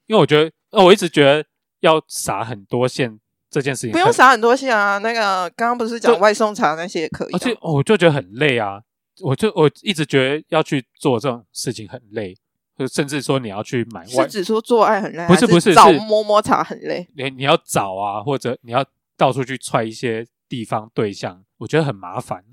S3: 因为我觉得，呃，我一直觉得要撒很多线这件事情
S2: 不
S3: 很，
S2: 用撒很多线啊。那个刚刚不是讲
S3: 就
S2: 外送茶那些也可以、
S3: 而且
S2: 啊，
S3: 哦我就觉得很累啊，我就我一直觉得要去做这种事情很累，就甚至说你要去买外
S2: 是指说做爱很累，
S3: 不是
S2: 还
S3: 不是
S2: 找
S3: 是
S2: 摸摸茶很累？
S3: 你你要找啊，或者你要到处去踹一些地方对象，我觉得很麻烦。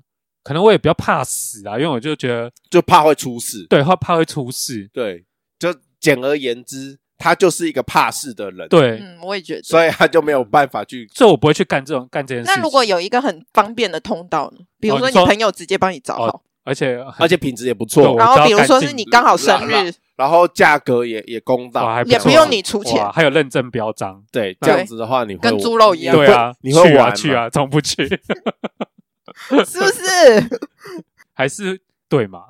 S3: 可能我也比较怕死啊，因为我就觉得
S1: 就怕会出事。
S3: 对，怕怕会出事。
S1: 对，就简而言之，他就是一个怕事的人，，
S3: 对，
S2: 嗯，我也觉得。
S1: 所以他就没有办法去。
S3: 所以我不会去干这种干这件事情。
S2: 那如果有一个很方便的通道呢？比如
S3: 哦
S2: 说
S3: 你
S2: 你
S3: 说
S2: 朋友直接帮你找好，
S3: 而且很
S1: 而且品质也不
S3: 对我
S1: 错
S3: 知
S2: 然
S3: 道
S2: 后比如
S3: 干
S2: 说
S3: 净
S2: 是你刚好
S1: 啦
S2: 生
S1: 啦
S2: 日，
S1: 然后价格也也公
S3: 哇，
S1: 道，
S3: 还错
S2: 也
S3: 啊
S2: 不用你出钱
S3: 哇，还有认证标章，
S1: 对，
S3: 对
S1: 这样子的话你会
S2: 跟猪肉一样
S3: 对啊，
S1: 你会
S3: 去
S1: 玩
S3: 啊
S1: 吗
S3: 去啊，怎么不去？ [LAUGHS]
S2: 是不是？
S3: 还是对嘛？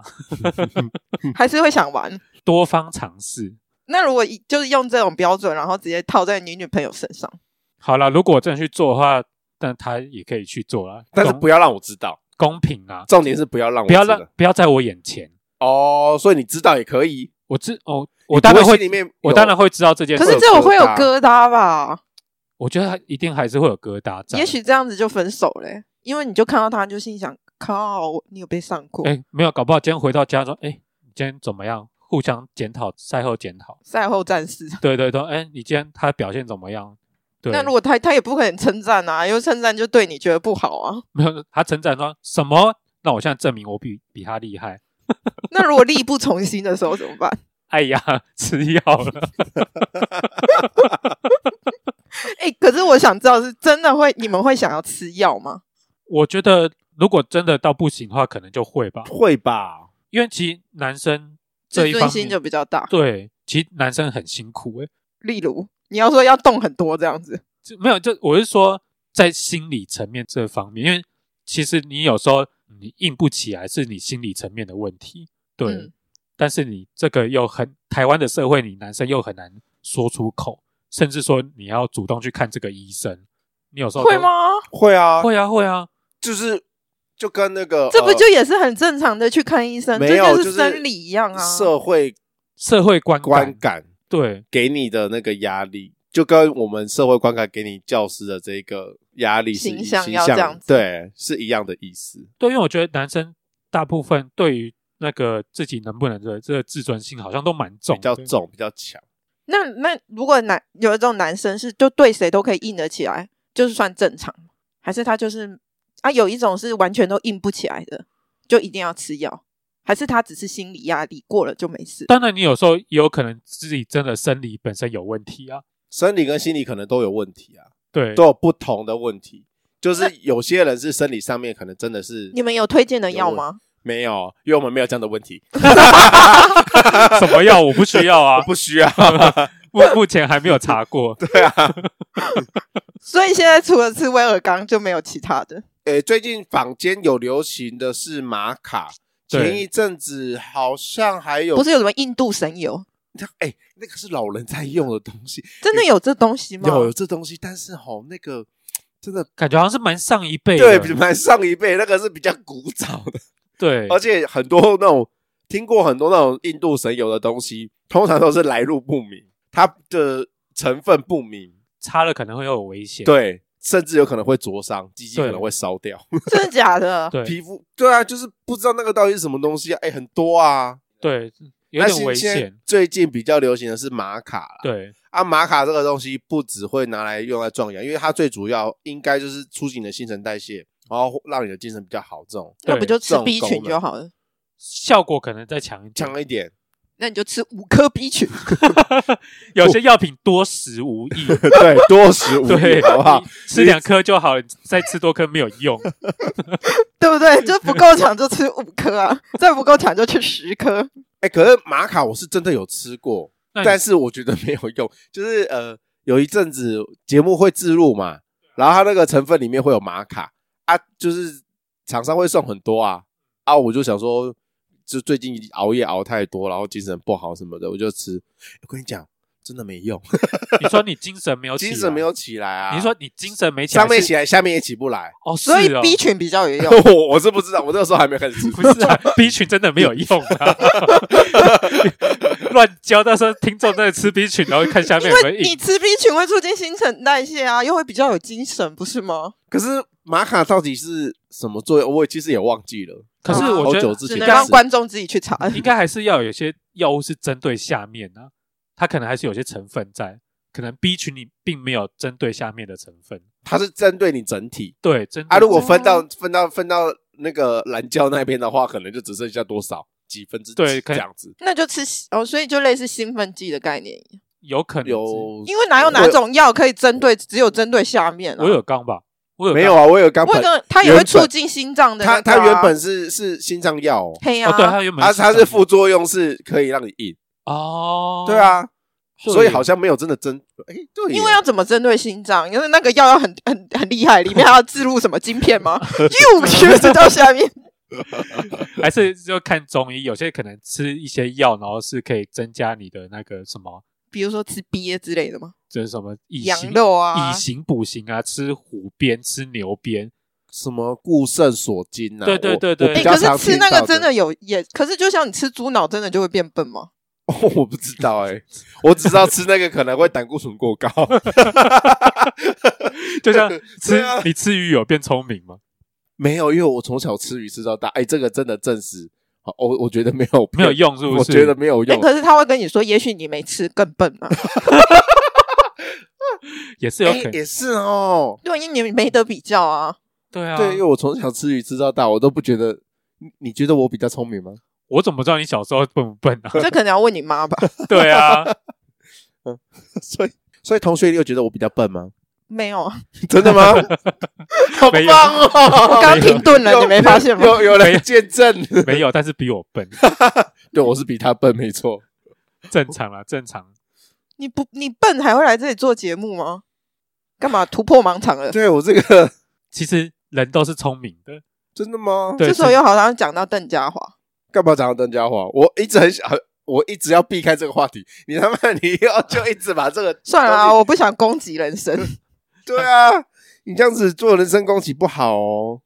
S3: 嗯
S2: 还是会想玩。
S3: 多方尝试。
S2: 那如果一就是用这种标准，然后直接套在你女朋友身上，
S3: 好了，如果真的去做的话，但他也可以去做啦，
S1: 但是
S3: 公
S1: 不要让我知道，
S3: 公平啊，
S1: 重点是不要让我
S3: 不要
S1: 知道
S3: 让不要在我眼前。
S1: 哦，所以你知道也可以，
S3: 我知哦，
S1: 你
S3: 我
S1: 不
S3: 当然
S1: 会
S3: 会
S1: 心里面有，
S3: 我当然会知道这件事
S2: 可
S3: 情。
S2: 是这种会有
S1: 有疙
S2: 疙瘩吧？
S3: 我觉得一定还是会有疙瘩在。
S2: 也许这样子就分手嘞、因为你就看到他，你就心想：靠，你有被上过？
S3: 哎，没有，搞不好今天回到家说，哎，你今天怎么样？互相检讨，赛后检讨。
S2: 赛后战士。
S3: 对对对，哎，你今天他的表现怎么样？对，
S2: 那如果他他也不可能称赞啊，因为称赞就对你觉得不好啊。
S3: 没有他成长说什么？那我现在证明我比比他厉害。
S2: 那如果力不从心的时候怎么办？ [LAUGHS]
S3: 哎呀， [LAUGHS] 吃药了，
S2: 哎、可是我想知道，是真的会你们会想要吃药吗？
S3: 我觉得如果真的到不行的话，可能就会吧。
S1: 会吧？
S3: 因为其实男生这
S2: 自
S3: 一方
S2: 尊心
S3: 面，
S2: 就比较大。
S3: 对，其实男生很辛苦诶、
S2: 例如，你要说要动很多这样子，
S3: 就没有就我是说在心理层面这方面，因为其实你有时候你硬不起来是你心理层面的问题，对，
S2: 嗯
S3: 但是你这个又很台湾的社会，你男生又很难说出口，甚至说你要主动去看这个医生，你有时候都
S2: 会？吗？
S1: 会啊，
S3: 会啊，会啊，
S1: 就是就跟那个
S2: 这不
S1: 呃
S2: 就也是很正常的去看医生，
S1: 没有
S2: 这就
S1: 就是
S2: 是生理一样啊。
S1: 社会
S3: 社会观
S1: 观感
S3: 对
S1: 给你的那个压力，就跟我们社会观感给你教师的这个压力是一
S2: 形象要这样子
S1: 对，是一样的意思。
S3: 对，因为我觉得男生大部分对于那个自己能不能的这个自尊心好像都蛮重
S1: 比
S3: 的，
S1: 较重，比较强，
S2: 那那如果男有一种男生是就对谁都可以硬得起来，就是算正常，还是他就是啊？有一种是完全都硬不起来的，就一定要吃药，还是他只是心理压力过了就没事？
S3: 当然，你有时候也有可能自己真的生理本身有问题啊。
S1: 生理跟心理可能都有问题啊，
S3: 对，
S1: 都有不同的问题。就是有些人是生理上面可能真的是
S2: 你们有推荐的药吗？
S1: 没有，因为我们没有这样的问题，
S3: 什么药我不需要 [LAUGHS] 啊，
S1: 不需要。
S3: 目目前还没有查过。
S1: 对啊，
S2: 所以现在除了吃威尔刚就没有其他的。
S1: 诶，最近坊间有流行的是玛卡，
S3: 对
S1: 前一阵子好像还有
S2: 不是有什么印度神油，
S1: 它哎、那个是老人在用的东西，
S2: 真的有这东西吗？
S1: 有有这东西，但是吼那个真的
S3: 感觉好像是蛮上一辈
S1: 对
S3: 的，
S1: 比蛮上一辈那个是比较古早的，
S3: 对
S1: 而且很多那种听过很多那种印度神油的东西，通常都是来路不明，它的成分不明，
S3: 擦了可能会有危险。
S1: 对，甚至有可能会灼伤，鸡鸡
S3: 对
S1: 可能会烧掉，
S2: 真的假
S1: [LAUGHS]
S2: 的？
S3: 对
S1: 皮肤对啊，就是不知道那个到底是什么东西啊，哎、很多啊，
S3: 对，有点危
S1: 但是现在
S3: 险。
S1: 最近比较流行的是玛卡啦，
S3: 对
S1: 啊，玛卡这个东西不只会拿来用来壮阳，因为它最主要应该就是促进你的新陈代谢，然后让你的精神比较好，这种
S2: 那不就吃
S1: 这种
S2: B 群
S1: 功能
S2: 就好了？
S3: 效果可能再强一点
S1: 强，一点。 [LAUGHS]
S2: 那你就吃五颗 B 群，
S3: 有些药品多食无
S1: [LAUGHS]
S3: 益，
S1: 对，多食无
S3: 对
S1: 益，，好不好
S3: 你？吃两颗就好了，你再吃多颗没有用。
S1: [LAUGHS]
S2: 对不对？就不够强就吃五颗啊，再不够强就吃十颗。
S1: 哎、可是玛卡我是真的有吃过，
S3: 那你
S1: 但是我觉得没有用。就是呃，有一阵子节目会自录嘛，然后它那个成分里面会有玛卡啊，就是厂商会送很多啊啊，我就想说，就最近熬夜熬太多，然后精神不好什么的，我就吃。我跟你讲，真的没用，
S3: 你说你精神没有起来，
S1: 精神没有起来啊。
S3: 你说你精神没起来
S1: 上
S3: 是，
S1: 面起来，下面也起不
S3: [LAUGHS]
S1: 来，
S3: 哦，
S2: 所以
S3: 是
S1: 啊
S3: 哦
S2: B 群比较有用。
S1: 我我是不知道，我那个时候还没开始吃。
S3: 不是啊 [LAUGHS] ，B 群真的没有用
S1: [LAUGHS]
S3: 啊， [LAUGHS] 乱教。到时候听众在吃 B 群，然后看下面有没有
S2: 你
S3: 影。
S2: 吃 B 群会促进新陈代谢啊，又会比较有精神，不是吗？
S1: 可是玛卡到底是什么作用？我也其实也忘记了。
S3: 可是我
S1: 好
S3: 觉
S1: 久
S3: 得
S1: 之
S2: 只
S1: 前
S2: 能
S1: 的
S2: 让
S1: 事
S2: 观众自己去查。
S3: 应该还是要有些药物是针对下面啊，它可能还是有些成分在，可能 B 群里并没有针对下面的成分。
S1: 它是针对你整体
S3: 对，针
S1: 啊。
S3: 嗯对
S1: 如果分到分到分到那个蓝教那边的话，可能就只剩下多少几分之几
S3: 对可
S1: 这
S3: 能
S1: 样子。
S2: [LAUGHS] 那就吃哦，所以就类似兴奋剂的概念一样，
S3: 有可能是
S1: 有
S2: 因为哪有哪种药可以针对只有针对下面啊？
S3: 我有刚吧，我有
S1: 没
S3: 刚
S1: 有啊？我有刚
S2: 我
S1: 本
S2: 有，个它也
S1: 原
S2: 会
S1: 本
S2: 促进心脏的那个
S1: 它
S2: 啊。
S1: 它原本是是心脏药哦，
S2: 黑啊，
S3: 哦，对，它原本
S1: 它它
S3: 上
S1: 是副作用是可以让你硬，
S3: 哦，
S1: 对，啊，
S3: 对
S1: 所以好像没有真的针，哎，对耶，
S2: 因为要怎么针对心脏？因为那个药要很很很厉害，里面还要置入什么晶
S3: [LAUGHS]
S2: 片吗？又全部到下面，
S3: 还是就看中医，有些可能吃一些药，然后是可以增加你的那个什么，
S2: 比如说吃鳖之类的吗？
S3: 就是什么以
S2: 羊
S3: 形
S2: 肉啊
S3: 以，形补形啊，吃虎鞭，吃牛鞭，
S1: 什么固肾锁筋啊，
S3: 对对
S1: 我
S3: 对对
S1: 我
S2: 哎、
S1: 比
S3: 比
S1: 较
S2: 可
S1: 常
S2: 是吃
S1: 听
S2: 那
S1: 到
S2: 个真的有也，可是就像你吃猪脑，真的就会变笨吗？
S1: 哦 [LAUGHS] 我不知道哎、我只知道吃那个可能会胆固醇过
S3: [LAUGHS]
S1: 高。
S3: 就像吃、
S1: [LAUGHS] 对啊
S3: 你吃鱼有变聪明吗？
S1: 没有，因为我从小吃鱼吃到大，哎、这个真的证实，好我我觉得没有
S3: 没有，用是不是？
S1: 我觉得没有
S2: 哎、
S1: 用。
S2: 可是他会跟你说，也许你没吃更笨
S1: [LAUGHS]
S2: 啊。
S3: 也是有
S1: 哎
S3: 可能，
S1: 也是哦，
S2: 对，因为你没得比
S1: [LAUGHS]
S2: 较啊。
S3: 对啊，
S1: 对，因为我从小吃鱼吃到大，我都不觉得。你你觉得我比较聪明吗？ [LAUGHS]
S3: 我怎么知道你小时候笨不笨啊？ [LAUGHS]
S2: 这可能要问你
S1: [LAUGHS]
S2: 妈吧。
S3: 对啊，
S1: 所以所以同学又觉得我比较笨吗？ [LAUGHS]
S2: 没有，啊，
S1: 真的
S3: [LAUGHS]
S1: 吗？好
S3: 没有
S1: 棒哦！
S2: 我刚停顿了，你没发现吗？
S1: 有有
S3: 没有
S1: 人见证， [LAUGHS]
S3: 没有，但是比我笨，
S1: 对，我是比他笨，没错。
S3: 正常啦，正常。
S2: 你不，你笨还会来这里做节目吗？干嘛突破盲场了？
S1: 对我这个
S3: 其实人都是聪明的，
S1: 真的吗？
S3: 对
S2: 这时候又好像讲到邓家华，
S1: 干嘛讲到邓家华？我一直很想，我一直要避开这个话题。你他妈，你要就一直把这个
S2: 算了
S1: 东 [LAUGHS]
S2: 啊，
S1: 西
S2: 我不想攻击人生。
S1: [LAUGHS] 对啊，你这样子做人身攻击不好哦。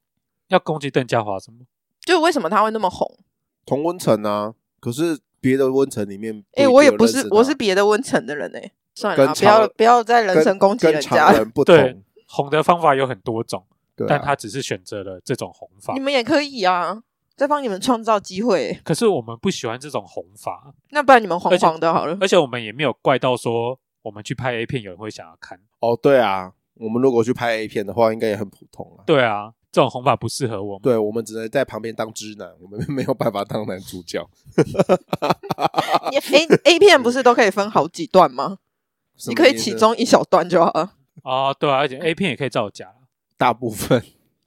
S3: 要攻击邓家华什么？
S2: 就为什么他会那么红？
S1: 同温层啊，可是别的温层里面，
S2: 哎、我也不是，我是别的温层的人哎、算了啊、
S1: 啊跟
S2: 不要
S1: 常
S2: 不要再人身攻击
S1: 跟
S2: 人
S1: 常
S2: 家了。
S1: 人不
S3: 对
S1: 同，
S3: 红的方法有很多种，
S1: 对啊
S3: 但他只是选择了这种红法
S2: 你。们也可以啊，再帮你们创造机会欸、
S3: 可是我们不喜欢这种红法，
S2: 那不然你们黄
S3: 而且
S2: 黄的
S1: [LAUGHS]
S2: 好了。
S3: 而且我们也没有怪到说我们去拍 A 片有人会想要看。
S1: 哦，对啊，我们如果去拍 A 片的话，应该也很普通啊。
S3: 对啊，这种红法不适合我们。
S1: 对，我们只能在旁边当知男，我们没有办法当男主角。
S2: 你 A A 片不是都可以分好几段吗？ [LAUGHS] 你可以其中一小段就好了。
S3: 哦，对啊，而且 A 片也可以造假。
S1: 大部分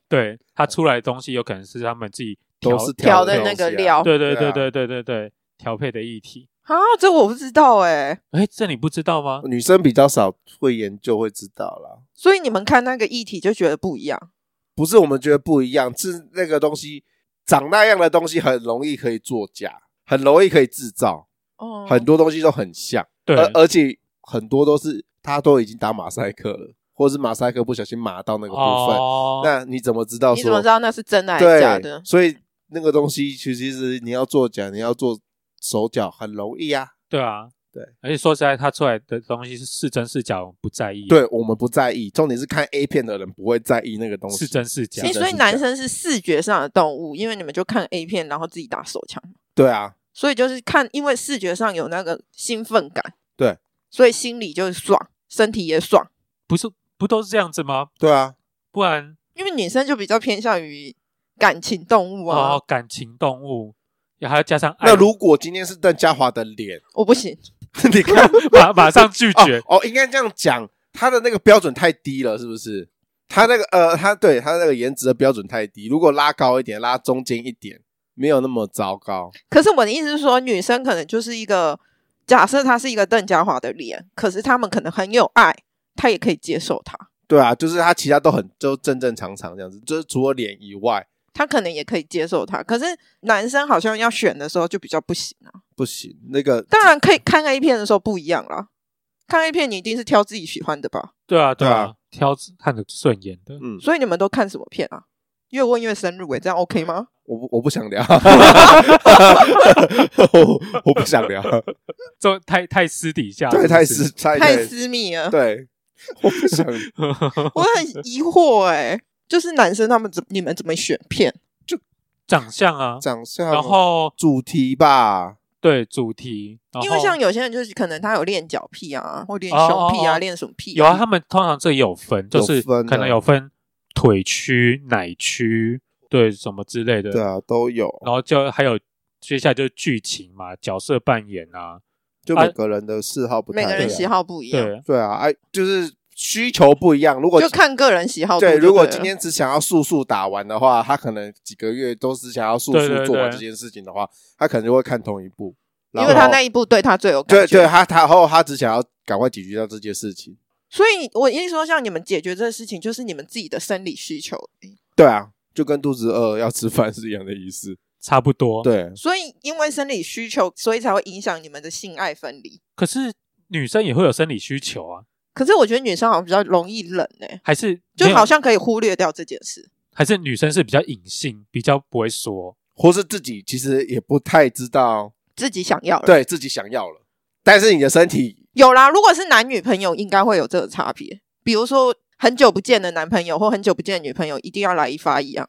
S3: 对，它出来的东西有可能是他们自己调
S1: 都是
S2: 调的
S1: 的
S2: 那
S1: 东西啊
S2: 个料
S3: 对对对
S1: 啊
S3: 对对对对调配的议题。
S2: 啊，这我不知道哎、
S3: 哎，这你不知道吗？
S1: 啊女生比较少会研究，会知道啦。
S2: 所以你们看那个议题就觉得不一样。
S1: 不是我们觉得不一样，是那个东西长那样的东西很容易可以作假，很容易可以制造，
S2: 哦，
S1: 很多东西都很像，
S3: 对，
S1: 而而且很多都是他都已经打马赛克了，或者是马赛克不小心码到那个部分，
S3: 哦，
S1: 那你怎么知道
S2: 你怎么
S1: 说
S2: 知道那是真的还是假
S1: 对
S2: 的？？
S1: 所以那个东西其实是你要作假，你要做手脚很容易啊。
S3: 对啊，
S1: 对，
S3: 而且说实在，他出来的东西是是真是假，我们不在意。，
S1: 对我们不在意，重点是看 A 片的人不会在意那个东西
S3: 是真是假
S2: 哎、
S1: 其。实
S2: 所以男生是视觉上的动物，因为你们就看 A 片，然后自己打手枪，
S1: 对啊，
S2: 所以就是看，因为视觉上有那个兴奋感，
S1: 对，
S2: 所以心里就是爽，身体也爽。
S3: 不是不都是这样子吗？
S1: 对啊，
S3: 不然
S2: 因为女生就比较偏向于感情动物啊，
S3: 哦，感情动物，还要加上爱
S1: 那，如果今天是邓家华的
S3: [LAUGHS]
S1: 脸，
S2: 我不行，
S1: 你看
S3: 马马上拒
S1: 哦
S3: 绝。
S1: 哦，应该这样讲，他的那个标准太低了，是不是？他那个呃，他对他那个颜值的标准太低，如果拉高一点，拉中间一点，没有那么糟糕。
S2: 可是我的意思是说，女生可能就是一个假设，她是一个邓家华的脸，可是她们可能很有爱，她也可以接受她，
S1: 对啊，就是他其他都很就正正常常这样子，就是除了脸以外
S2: 她可能也可以接受她。可是男生好像要选的时候就比较不行啊。
S1: 不行。那个
S2: 当然可以看 A 片的时候不一样啦，看 A 片你一定是挑自己喜欢的吧？
S3: 对啊，对
S1: 对
S3: 啊
S1: 啊，
S3: 挑看着顺眼的。
S1: 嗯，
S2: 所以你们都看什么片啊？越问越深入、欸，这样 OK 吗？
S1: 我不我不想
S2: [LAUGHS]
S1: 聊， [LAUGHS] 我我不想聊，
S3: 这太太私底下，
S1: 哎对，
S3: 是不
S1: 太
S3: 是
S1: 私太
S2: 太私密了，
S1: 对，我不
S3: [LAUGHS]
S1: 想
S2: 我很疑惑哎、就是男生他们怎你们怎么选片？
S3: 长相啊，
S1: 长相，
S3: 然后
S1: 主题吧，
S3: 对主题，然后
S2: 因为像有些人就是可能他有练脚癖啊，或练
S3: 哦
S2: 胸癖
S3: 哦哦
S2: 啊，练什么癖、
S3: 有啊，他们通常这也有分，就
S1: 有
S3: 是
S1: 分
S3: 可能
S1: 啊
S3: 有分腿区、奶区，对什么之类的。
S1: 对啊，都有，
S3: 然后就还有接下来就是剧情嘛，角色扮演啊，
S1: 就
S3: 啊
S1: 每个人的嗜好不太
S2: 每
S1: 一
S2: 个人
S1: 样，
S2: 喜好不一样，
S3: 对，
S1: 对啊，哎，就是需求不一样。如果
S2: 就看个人喜好度就
S1: 对，
S2: 了。
S1: 如果今天只想要速速打完的话，他可能几个月都只想要速
S3: 对对
S1: 速做完这
S3: 对
S1: 件事情的话，他可能就会看同一部。然
S2: 因
S1: 后
S2: 为他那一部对他最有感
S1: 对
S2: 觉。
S1: 对，他他后他只想要赶快解决掉这件事情。
S2: 所以我意思说，像你们解决这个事情，就是你们自己的生理需求。
S1: 对啊，就跟肚子饿要吃饭是一样的意思。
S3: 差不多。，
S1: 对，
S2: 所以因为生理需求，所以才会影响你们的性爱分离。
S3: 可是女生也会有生理需求啊，
S2: 可是我觉得女生好像比较容易冷呢、
S3: 还是没
S2: 就
S3: 有
S2: 好像可以忽略掉这件事。
S3: 还是女生是比较隐性，比较不会说。
S1: 或是自己其实也不太知道，
S2: 自己想要了，
S1: 对自己想要了，但是你的身体 [LAUGHS]
S2: 有啦。如果是男女朋友，应该会有这个差别。比如说很久不见的男朋友或很久不见的女朋友，一定要来一发一样。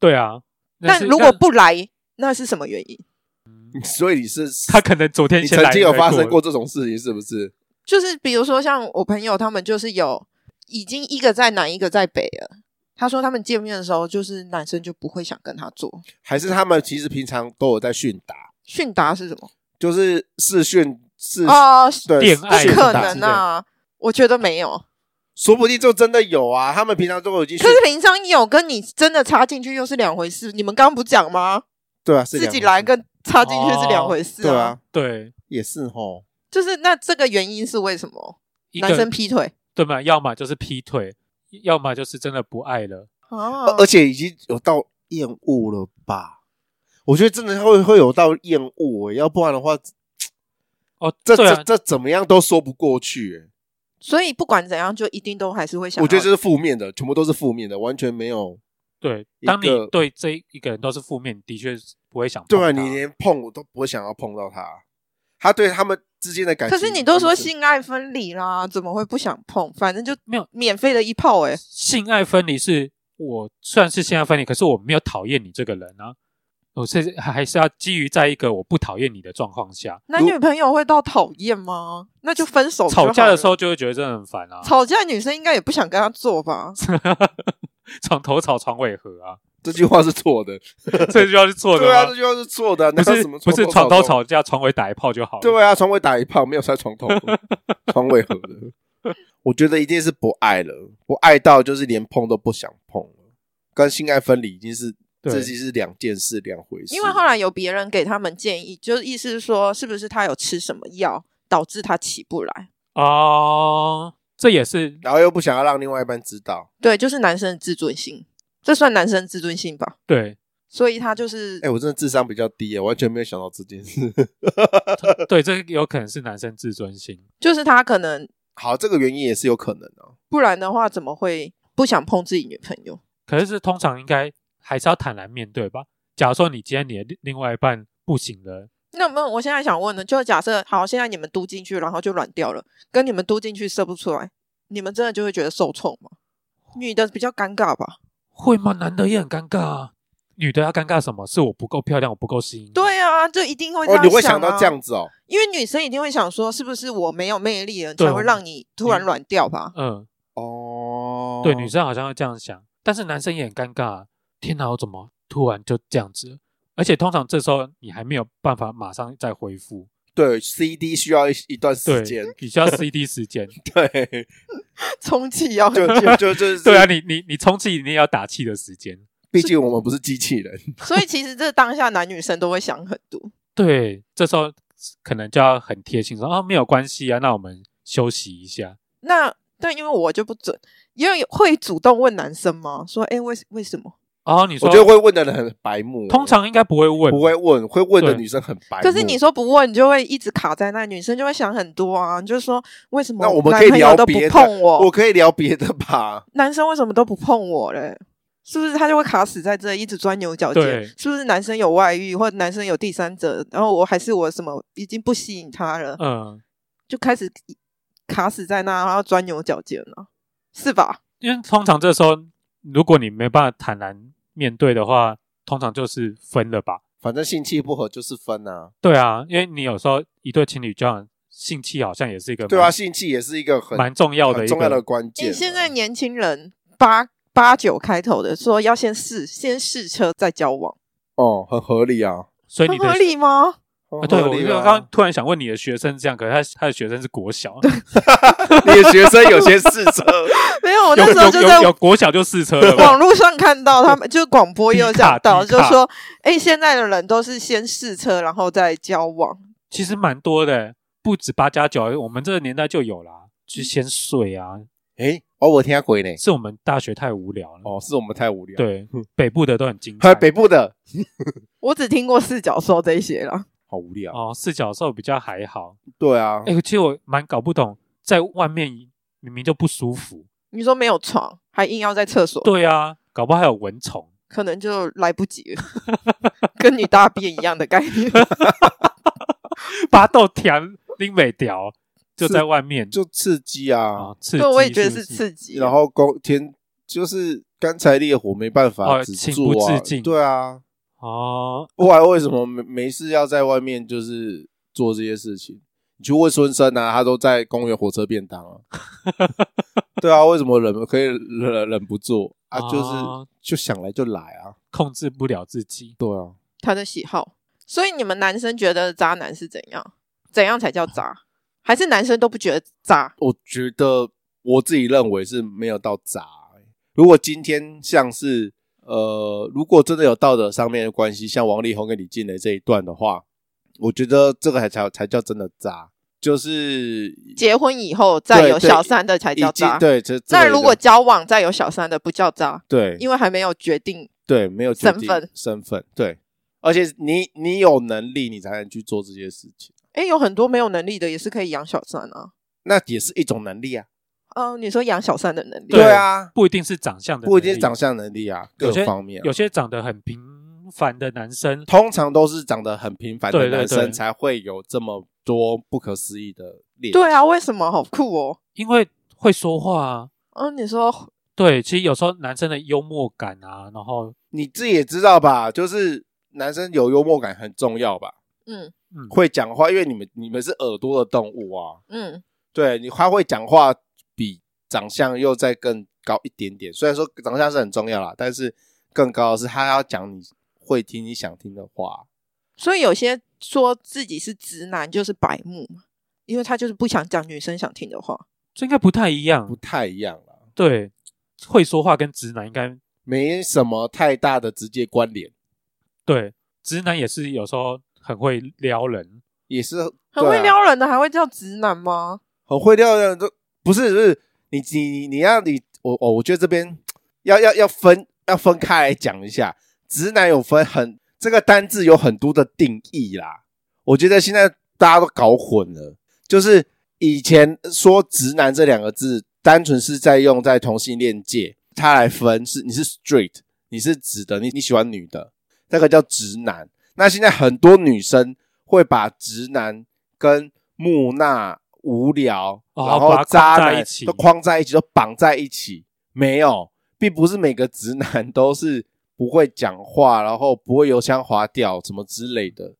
S3: 对啊，但
S2: 但
S3: 是
S2: 如果不来，那是什么原因？
S1: 所以你是
S3: 他可能昨天
S1: 你
S3: 先
S1: 曾
S3: 来
S1: 经有发生
S3: 了
S1: 过这种事情，是不是？
S2: 就是比如说像我朋友他们，就是有已经一个在南，一个在北了。他说他们见面的时候，就是男生就不会想跟他做
S1: 还是他们其实平常都有在训打，
S2: 训达是什么？
S1: 就是试训试
S2: 哦，
S1: 对
S3: 恋爱
S1: 试
S2: 不
S1: 训
S2: 可
S1: 打
S2: 能啊！我觉得没有，
S1: 说不定就真的有啊。他们平常都有已经训
S2: 可是平常有跟你真的插进去又是两回事。你们刚刚不讲吗？
S1: 对啊，是
S2: 自己
S1: 两回
S2: 来
S1: 事
S2: 跟插进去是两回事
S1: 对啊，
S3: 对
S1: 也是吼。
S2: 就是那这个原因是为什么？
S3: 一个
S2: 男生劈腿
S3: 对嘛，要么就是劈腿，要么就是真的不爱了。
S2: 啊
S1: 而？而且已经有到厌恶了吧？我觉得真的会会有到厌恶、欸，要不然的话，
S3: 哦，
S1: 这、
S3: 对啊
S1: 这，这怎么样都说不过去、欸。
S2: 所以不管怎样，就一定都还是会想要。
S1: 我觉得这是负面的，全部都是负面的，完全没有。
S3: 对，
S1: 一
S3: 当你
S1: 个
S3: 对这一个人都是负面，的确是不会想碰
S1: 对啊，
S3: 他
S1: 你连碰我都不会想要碰到他。他对他们之间的感情，
S2: 可是你都说性爱分离啦，怎么会不想碰？反正就
S3: 没有
S2: 免费的一炮哎、
S3: 性爱分离是我虽然是性爱分离，可是我没有讨厌你这个人啊，我是还是要基于在一个我不讨厌你的状况下，
S2: 男女朋友会到讨厌吗？那就分手就好
S3: 吵
S2: 了。
S3: 架的时候就会觉得真的很烦啊，
S2: 吵架女生应该也不想跟他
S1: [LAUGHS]
S2: 做吧？
S3: 床头吵床尾和啊，
S1: 这句话是错的，
S3: 这句话是错的
S1: 对啊，
S3: 吗
S1: 这？句话是错的。
S3: 不
S1: 难道
S3: 是
S1: 什么
S3: 不是床头
S1: 头
S3: 吵架，床尾打一炮就好了。
S1: 对啊，床尾打一炮，没有摔床
S3: [LAUGHS]
S1: 头，床尾合的。我觉得一定是不爱了，不爱到就是连碰都不想碰了，跟性爱分离已经是
S3: 对
S1: 这其实是两件事，两回事。
S2: 因为后来有别人给他们建议，就是意思是说，是不是他有吃什么药导致他起不来？
S3: 哦，这
S1: [LAUGHS]
S3: 也是
S1: 然后又不想要让另外一半知道，
S2: 对，就是男生的自尊心，这算男生的自尊心吧？
S3: 对
S2: 所以他就是
S1: 哎、我真的智商比较低耶，完全没有想到这件事。 [LAUGHS]
S3: 对，这有可能是男生自尊心。
S2: 就是他可能
S1: 好，这个原因也是有可能啊。
S2: 不然的话，怎么会不想碰自己女朋友？
S3: 可是这通常应该还是要坦然面对吧。假如说你今天你的另另外一半不行了，
S2: 那么我现在想问的，就假设好，现在你们嘟进去，然后就软掉了，跟你们嘟进去射不出来，你们真的就会觉得受挫吗？女的比较尴尬吧？
S3: 会吗？男的也很尴尬啊，女的要尴尬什么？是我不够漂亮，我不够吸引你。
S2: 对啊，就一定会这
S1: 哦，
S2: 样、啊
S1: 你会想到这样子哦？
S2: 因为女生一定会想说，是不是我没有魅力了
S3: 对
S2: 才会让你突然软掉吧？ [LAUGHS]
S3: 嗯，
S1: 哦，
S3: 对，女生好像会这样想，但是男生也很尴尬啊。天哪，我怎么突然就这样子了？而且通常这时候你还没有办法马上再恢复，
S1: 对 CD 需要一一段时
S3: 对
S1: 间，，
S3: 你
S1: [LAUGHS]
S3: 需要 CD 时间。
S1: 对，
S2: 充气要
S1: 就就就就是，
S3: [LAUGHS] 对啊，，你你你充气，你也要打气的时间。
S1: 毕竟我们不是机器人。
S2: 所以其实这当下男女生都会想很多。
S3: 对，这时候可能就要很贴心说啊，没有关系啊，那我们休息一下。
S2: 那但因为我就不准，因为会主动问男生吗？说哎，诶为为什么？
S3: 哦，你
S1: 我
S3: 说
S1: 觉得会问的人很白目，
S3: 通常应该不会问，
S1: 不会问，会问的
S3: 对
S1: 女生很白目。
S2: 可是你说不问，你就会一直卡在那，女生就会想很多啊。你就说为什么
S1: 那我们
S2: 男
S1: 可以
S2: 朋友
S1: 聊
S2: 都不
S1: 别的，
S2: 碰
S1: 我
S2: 我，
S1: 可以聊别的吧？
S2: 男生为什么都不碰我嘞？是不是他就会卡死在这，一直钻牛角尖
S3: 对？
S2: 是不是男生有外遇，或者男生有第三者，然后我还是我什么已经不吸引他了？
S3: 嗯，
S2: 就开始卡死在那，然后钻牛角尖了，是吧？
S3: 因为通常这时候如果你没办法坦然面对的话，通常就是分了吧。
S1: 反正性气不合就是分啊，
S3: 对啊，因为你有时候一对情侣这样性气好像也是一个
S1: 对啊，
S3: 蛮
S1: 性气也是一个很
S3: 蛮重要的
S1: 很
S3: 一
S1: 重要的
S3: 个
S1: 关键
S2: 你
S1: 啊。
S2: 现在年轻人八八九开头的说要先试，先试车再交往，
S1: 哦，很合理啊，
S3: 所以你
S2: 很
S3: 的
S2: 合。理哦吗？
S1: 很
S3: 啊对，
S1: 合
S3: 我
S1: 理
S3: 就
S1: 啊 [LAUGHS]
S3: 刚刚突然想问你的学生是这样，可是他他的学生是国
S2: [LAUGHS]
S3: 小，
S1: 你的学生有些试车，
S2: 没有，我
S3: 有
S2: 那时候就在
S3: 有有国小就试车了吧，
S2: 网络上看到他们，就是
S1: [LAUGHS]
S2: 广播也有讲到，
S3: 迪
S2: 就
S3: 卡迪卡
S2: 说，哎，现在的人都是先试车，然后再交往。
S3: 其实蛮多的，不止八加九，我们这个年代就有啦，就先睡啊，
S1: [LAUGHS] 诶，哦，我听鬼呢，
S3: 是我们大学太无聊了。
S1: 哦，是我们太无聊。，
S3: 对，北部的都很精
S1: 还
S3: 彩。
S1: 有北部的，
S2: 我只听过四角兽这一些了。
S1: 好无聊。
S3: 哦，四角兽比较还好。
S1: 对啊，
S3: 哎、其实我蛮搞不懂，在外面明明就不舒服。
S2: 你说没有床，还硬要在厕所，
S3: 对啊，搞不好还有蚊虫。
S2: 可能就来不及了， [LAUGHS] 跟你大便一样的概
S1: [LAUGHS]
S2: 念。
S3: 巴豆甜拎美条就在外面
S1: 就刺激啊。
S3: 啊，刺激
S2: 对， [LAUGHS] 我也觉得
S3: 是不
S2: 是
S3: 是
S2: 刺激。
S1: 然后公天就是干柴烈火，没办法
S3: 哦
S1: 止
S3: 情
S1: 住
S3: 不
S1: 啊。
S3: 自禁
S1: 对啊，
S3: 哦，
S1: 后来为什么没没事要在外面就是做这些事情？你去问孙生啊，他都在公园火车便当啊。 [LAUGHS] 对啊，为什么忍可以忍忍不住啊？就是
S3: 哦
S1: 就想来就来啊。
S3: 控制不了自己。
S1: 对啊，
S2: 他的喜好，所以你们男生觉得渣男是怎样？怎样才叫
S1: [LAUGHS]
S2: 渣？还是男生都不觉得渣？
S1: 我觉得我自己认为是没有到渣欸、如果今天像是呃，如果真的有道德上面的关系，像王力宏跟李静蕾这一段的话，我觉得这个还才才叫真的渣，就是
S2: 结婚以后再
S1: 对
S2: 有
S1: 对
S2: 小三的才
S1: 已
S2: 叫
S1: 经
S2: 渣。
S1: 对，这这
S2: 那
S1: 个
S2: 如
S1: 就
S2: 果交往再有小三的不叫渣，
S1: 对
S2: 因为还没有决定。
S1: 对没有决
S2: 身
S1: 定
S2: 份
S1: 身份对，而且你你有能力，你才能去做这些事情，
S2: 诶，有很多没有能力的也是可以养小三啊。
S1: 那也是一种能力啊。
S2: 哦，你说养小三的能力？
S3: 对
S1: 啊，
S3: 不一定是长相的能力，
S1: 不一定是长相能力啊，各
S3: 有些
S1: 方面啊、
S3: 有些长得很平凡的男生，
S1: 通常都是长得很平凡的
S3: 对对
S1: 男
S3: 对
S1: 生才会有这么多不可思议的恋。
S2: 对，啊，为什么好酷哦？
S3: 因为会说话啊。
S2: 嗯，你说
S3: 对，其实有时候男生的幽默感啊，然后
S1: 你自己也知道吧，就是男生有幽默感很重要吧，
S2: 嗯
S3: 嗯，
S1: 会讲话，因为你们你们是耳朵的动物啊，
S2: 嗯，
S1: 对你他会讲话比长相又再更高一点点，虽然说长相是很重要啦，但是更高的是他要讲你会听你想听的话，
S2: 所以有些说自己是直男就是白目嘛，因为他就是不想讲女生想听的话。
S3: 这应该不太一
S1: 不
S3: 样。
S1: 太一样啦，
S3: 对，会说话跟直男应该
S1: 没什么太大的直接关联，
S3: 对，直男也是有时候很会撩人，
S1: 也是
S2: 很
S1: 对
S2: 会
S1: 啊
S2: 撩人的还会叫直男吗？
S1: 很会撩人都不是不是你你你你要你我我我觉得这边要要要分要分开来讲一下，直男有分很这个单字有很多的定义啦。我觉得现在大家都搞混了，就是以前说直男这两个字，单纯是在用在同性恋界，它来分是你是 straight，你是直的，你你喜欢女的，那个叫直男。那现在很多女生会把直男跟木讷、无聊，
S3: 哦
S1: 然
S3: 把
S1: 后
S3: 它
S1: 渣
S3: 框在
S1: 男
S3: 一起
S1: 都框在一起，都绑在一起。没有，并不是每个直男都是不会讲话，然后不会油腔滑调什么之类的。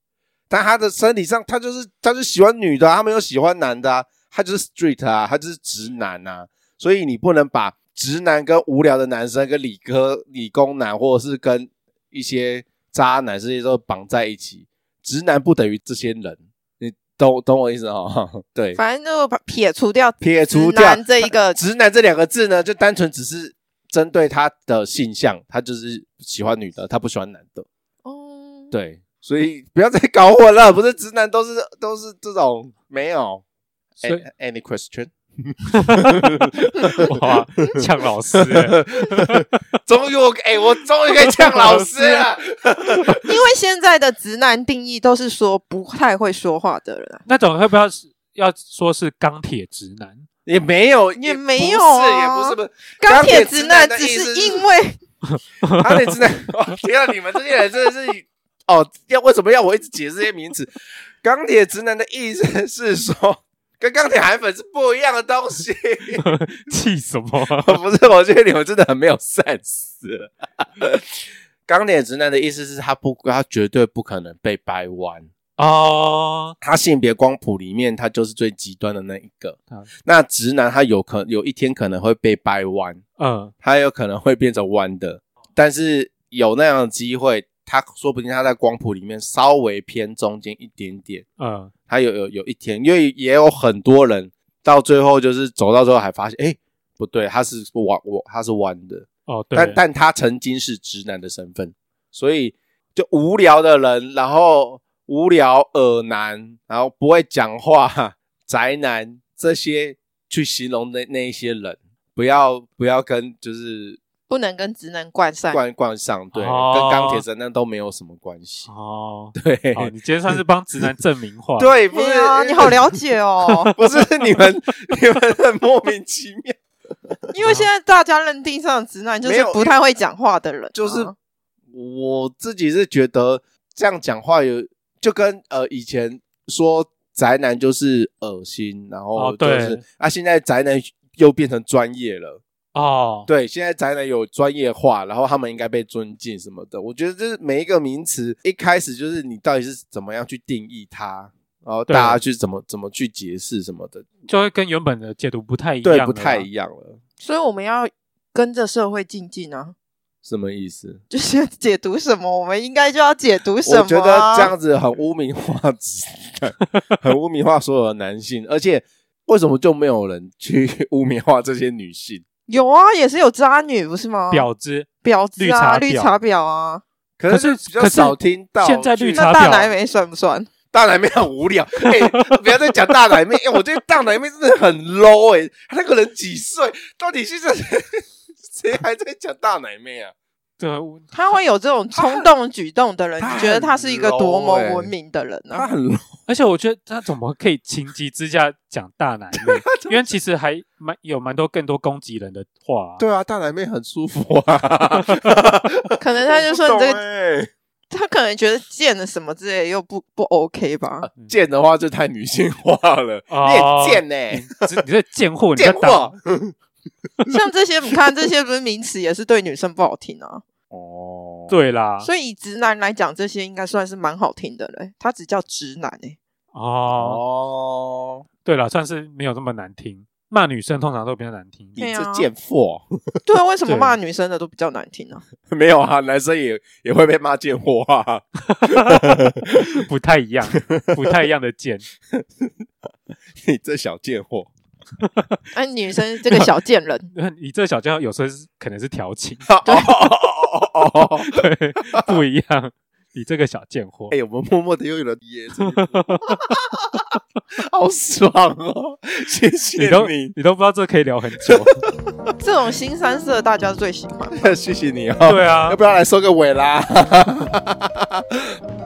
S1: 但他的身体上，他就是他就喜欢女的、啊，他没有喜欢男的啊，他就是 straight 啊，他就是直男啊。所以你不能把直男跟无聊的男生、跟理科理工男，或者是跟一些渣男这些都绑在一起。直男不等于这些人，你懂懂我意思哦？ [LAUGHS] 对，
S2: 反正就把撇除掉
S1: 撇除
S2: 直
S1: 掉
S2: 男这一个
S1: 直男这两个字呢，就单纯只是针对他的性向，他就是喜欢女的，他不喜欢男的。
S2: 哦，
S1: 对，所以不要再搞混了，不是直男都是都是这种没有。
S3: 所以
S1: Any, any question？
S3: [LAUGHS] 哇，呛老
S1: [LAUGHS]
S3: 师欸、
S1: 终于我哎、我终于可以呛老师了。
S2: 因为现在的直男定义都是说不太会说话的人啊，
S3: 那种要不要要说是钢铁直男？
S1: [LAUGHS]
S3: [LAUGHS]
S1: 也没有，
S2: 也
S1: 也
S2: 没
S1: 不
S2: 有
S1: 是
S2: 啊
S1: 也不是不是
S2: 钢铁
S1: 直
S2: 直男
S1: 的
S2: 只
S1: 意思
S2: 是因为 [LAUGHS]
S1: [LAUGHS] 钢铁直男。哦天啊，你们这些人真的是哦，要为什么要我一直解释这些名词？钢铁直男的意思是说， [LAUGHS] 跟钢铁韩粉是不一样的东西。 [LAUGHS]
S3: 气什么 [LAUGHS] 啊？
S1: 不是，我觉得你们真的很没有 sense。钢铁直男的意思是他不，他绝对不可能被掰弯。
S3: 哦，
S1: 他性别光谱里面，他就是最极端的那一个
S3: 好。
S1: 那直男他有可有一天可能会被掰弯，
S3: 嗯，
S1: 他有可能会变成弯的，但是有那样的机会，他说不定他在光谱里面稍微偏中间一点点，
S3: 嗯，
S1: 他有有有一天，因为也有很多人到最后就是走到最后还发现，哎、不对，他是弯，我他是弯的，
S3: 哦，对，
S1: 但但他曾经是直男的身份，所以就无聊的人，然后无聊、耳男，然后不会讲话、 [LAUGHS] 宅男这些去形容那那一些人，不要不要跟就是
S2: 不能跟职能冠上。
S1: 冠冠上，对，
S3: 哦
S1: 跟钢铁神那都没有什么关系。
S3: 哦，
S1: 对、
S3: 好，你今天算是帮直男证明话，，
S1: [LAUGHS] 对，不是、，
S2: 对啊，你好了解哦
S1: [LAUGHS] 不是你们你们很莫名其妙，
S2: 因为现在大家认定上的直男就
S1: 嗯没
S2: 是
S1: 有
S2: 不太会讲话的人啊，
S1: 就是
S3: 嗯
S1: 我自己是觉得这样讲话有就跟呃以前说宅男就是恶心，然后
S3: 哦
S1: 就
S3: 对
S1: 是、啊，现在宅男又变成专业了。
S3: 哦，
S1: 对，现在宅男有专业化，然后他们应该被尊敬什么的。我觉得就是每一个名词一开始就是你到底是怎么样去定义它，然后
S3: 对
S1: 大家去怎么怎么去解释什么的，
S3: 就会跟原本的解读不太一样了
S1: 对，
S3: 啦，
S1: 不太一样了。
S2: 所以我们要跟着社会进进啊， [LAUGHS]
S1: 什么意思？
S2: 就是解读什么，我们应该就要解
S3: [LAUGHS]
S2: 读什么啊。
S1: 我觉得这样子很污名化 [LAUGHS] 直男，很污名化所有的男性，而且为什么就没有人去 [LAUGHS] 污名化这些女性？
S2: 有啊，也是有渣女不是吗？
S3: 婊子。
S2: 婊子啊，
S3: 绿
S2: 绿
S3: 茶婊
S2: 茶婊啊，
S1: 可
S3: 是
S1: 比较
S3: 可是
S1: 少听到去。
S3: 现在绿茶
S2: 那大
S3: 婊
S2: 奶妹算不算？
S1: 大奶妹很无聊，哎、不要再讲大奶妹，哎、我觉得大奶妹真的很 low 哎、她那个人几岁？到底是谁？谁还在讲大奶妹啊？
S3: 对，
S2: 她会有这种冲动举
S1: [LAUGHS]
S2: 动的人，
S1: 她
S2: 你觉得她是一个多么文明的人啊呢、
S1: 她很 low，
S3: 而且我觉得他怎么可以情急之下讲
S1: [LAUGHS]
S3: 大奶妹？因为其实还蛮有蛮多更多攻击人的话、啊。
S1: 对啊，大奶妹很舒服啊。
S3: [LAUGHS]
S1: 欸
S2: 可能她就说
S1: [LAUGHS]
S2: 你这个，
S1: 个
S2: 她可能觉得贱了什么之类，又不不
S1: [LAUGHS]
S2: OK 吧？
S1: 贱的话就太女性化了，
S3: 哦
S1: 你很贱呢、
S3: 你这你这贱货，你在
S1: 贱
S3: 打
S1: 货
S2: 像这些，你看这些不是名词，也是对女生不好听啊。
S1: 哦，
S3: 对啦，
S2: 所以以直男来讲，这些应该算是蛮好听的嘞。他只叫直男哎、
S3: 哦，
S1: 哦，
S3: 对啦，算是没有那么难听。骂女生通常都比较难听，
S1: 你
S2: 对啊
S1: 这贱货 [LAUGHS]
S2: 对啊，为什么
S3: 对
S2: 骂女生的都比较难听呢、
S1: 没有啊？男生也也会被骂贱货啊。 [LAUGHS] 嗯
S3: 不太一样，不太一样的贱。
S1: 你这小贱货，
S2: 哎，女生这个小
S3: [LAUGHS]
S2: 贱人
S3: 你这小贱货有时候是可能是调情，
S1: 哦哦哦哦哦哦！
S3: 对，不一样。你这个小贱货
S1: [LAUGHS] 哎、，我们默默的又有人噎着，好爽哦！谢谢
S3: 你都
S1: 你，
S3: [LAUGHS] 你都不知道这可以聊很久。
S1: [LAUGHS]
S2: 这种新三色大家最喜欢。
S1: 谢谢你哦。
S3: 对啊
S1: 要，不要来收个尾
S3: [LAUGHS]
S1: 啦？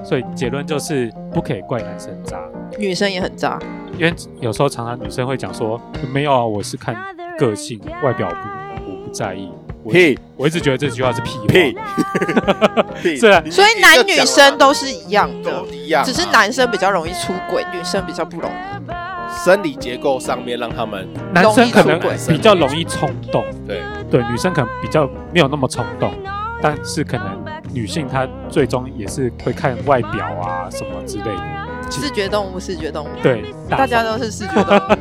S3: 所以结论就是不可以怪男生渣。
S2: 女生也很渣，
S3: 因为有时候常常女生会讲说，没有啊，我是看个性，外表不我不在意。我
S1: 屁
S3: 我一直觉得这句话是屁
S1: 屁
S3: 话，
S1: 屁！
S3: 虽然
S2: 所以男女生都是一样的
S1: 都，一样啊、
S2: 只是男生比较容易出轨，女生比较不容易。
S1: 生理结构上面让他们
S3: 男生可能
S1: 容易出轨
S3: 比较容易冲动，
S1: 对
S3: 对，女生可能比较没有那么冲动，但是可能女性她最终也是会看外表啊什么之类的，
S2: 视觉动物，视觉动物，
S3: 对，
S2: 大家都是视觉动物。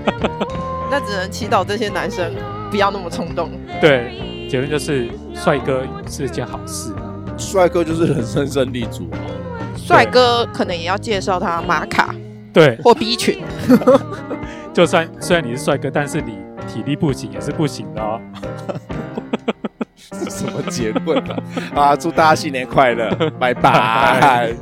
S2: 那只能祈祷这些男生不要那么冲动。
S3: 对结论就是帅哥是件好事，啊
S1: 帅哥就是人生胜利组啊、
S2: 帅哥可能也要介绍他玛卡
S3: 对，
S2: 或 B 群，
S3: 就算虽然你是帅哥，但是你体力不行也是不行的哦。
S1: [LAUGHS] 这什么结论啊？啊，祝大家新年快乐，拜拜。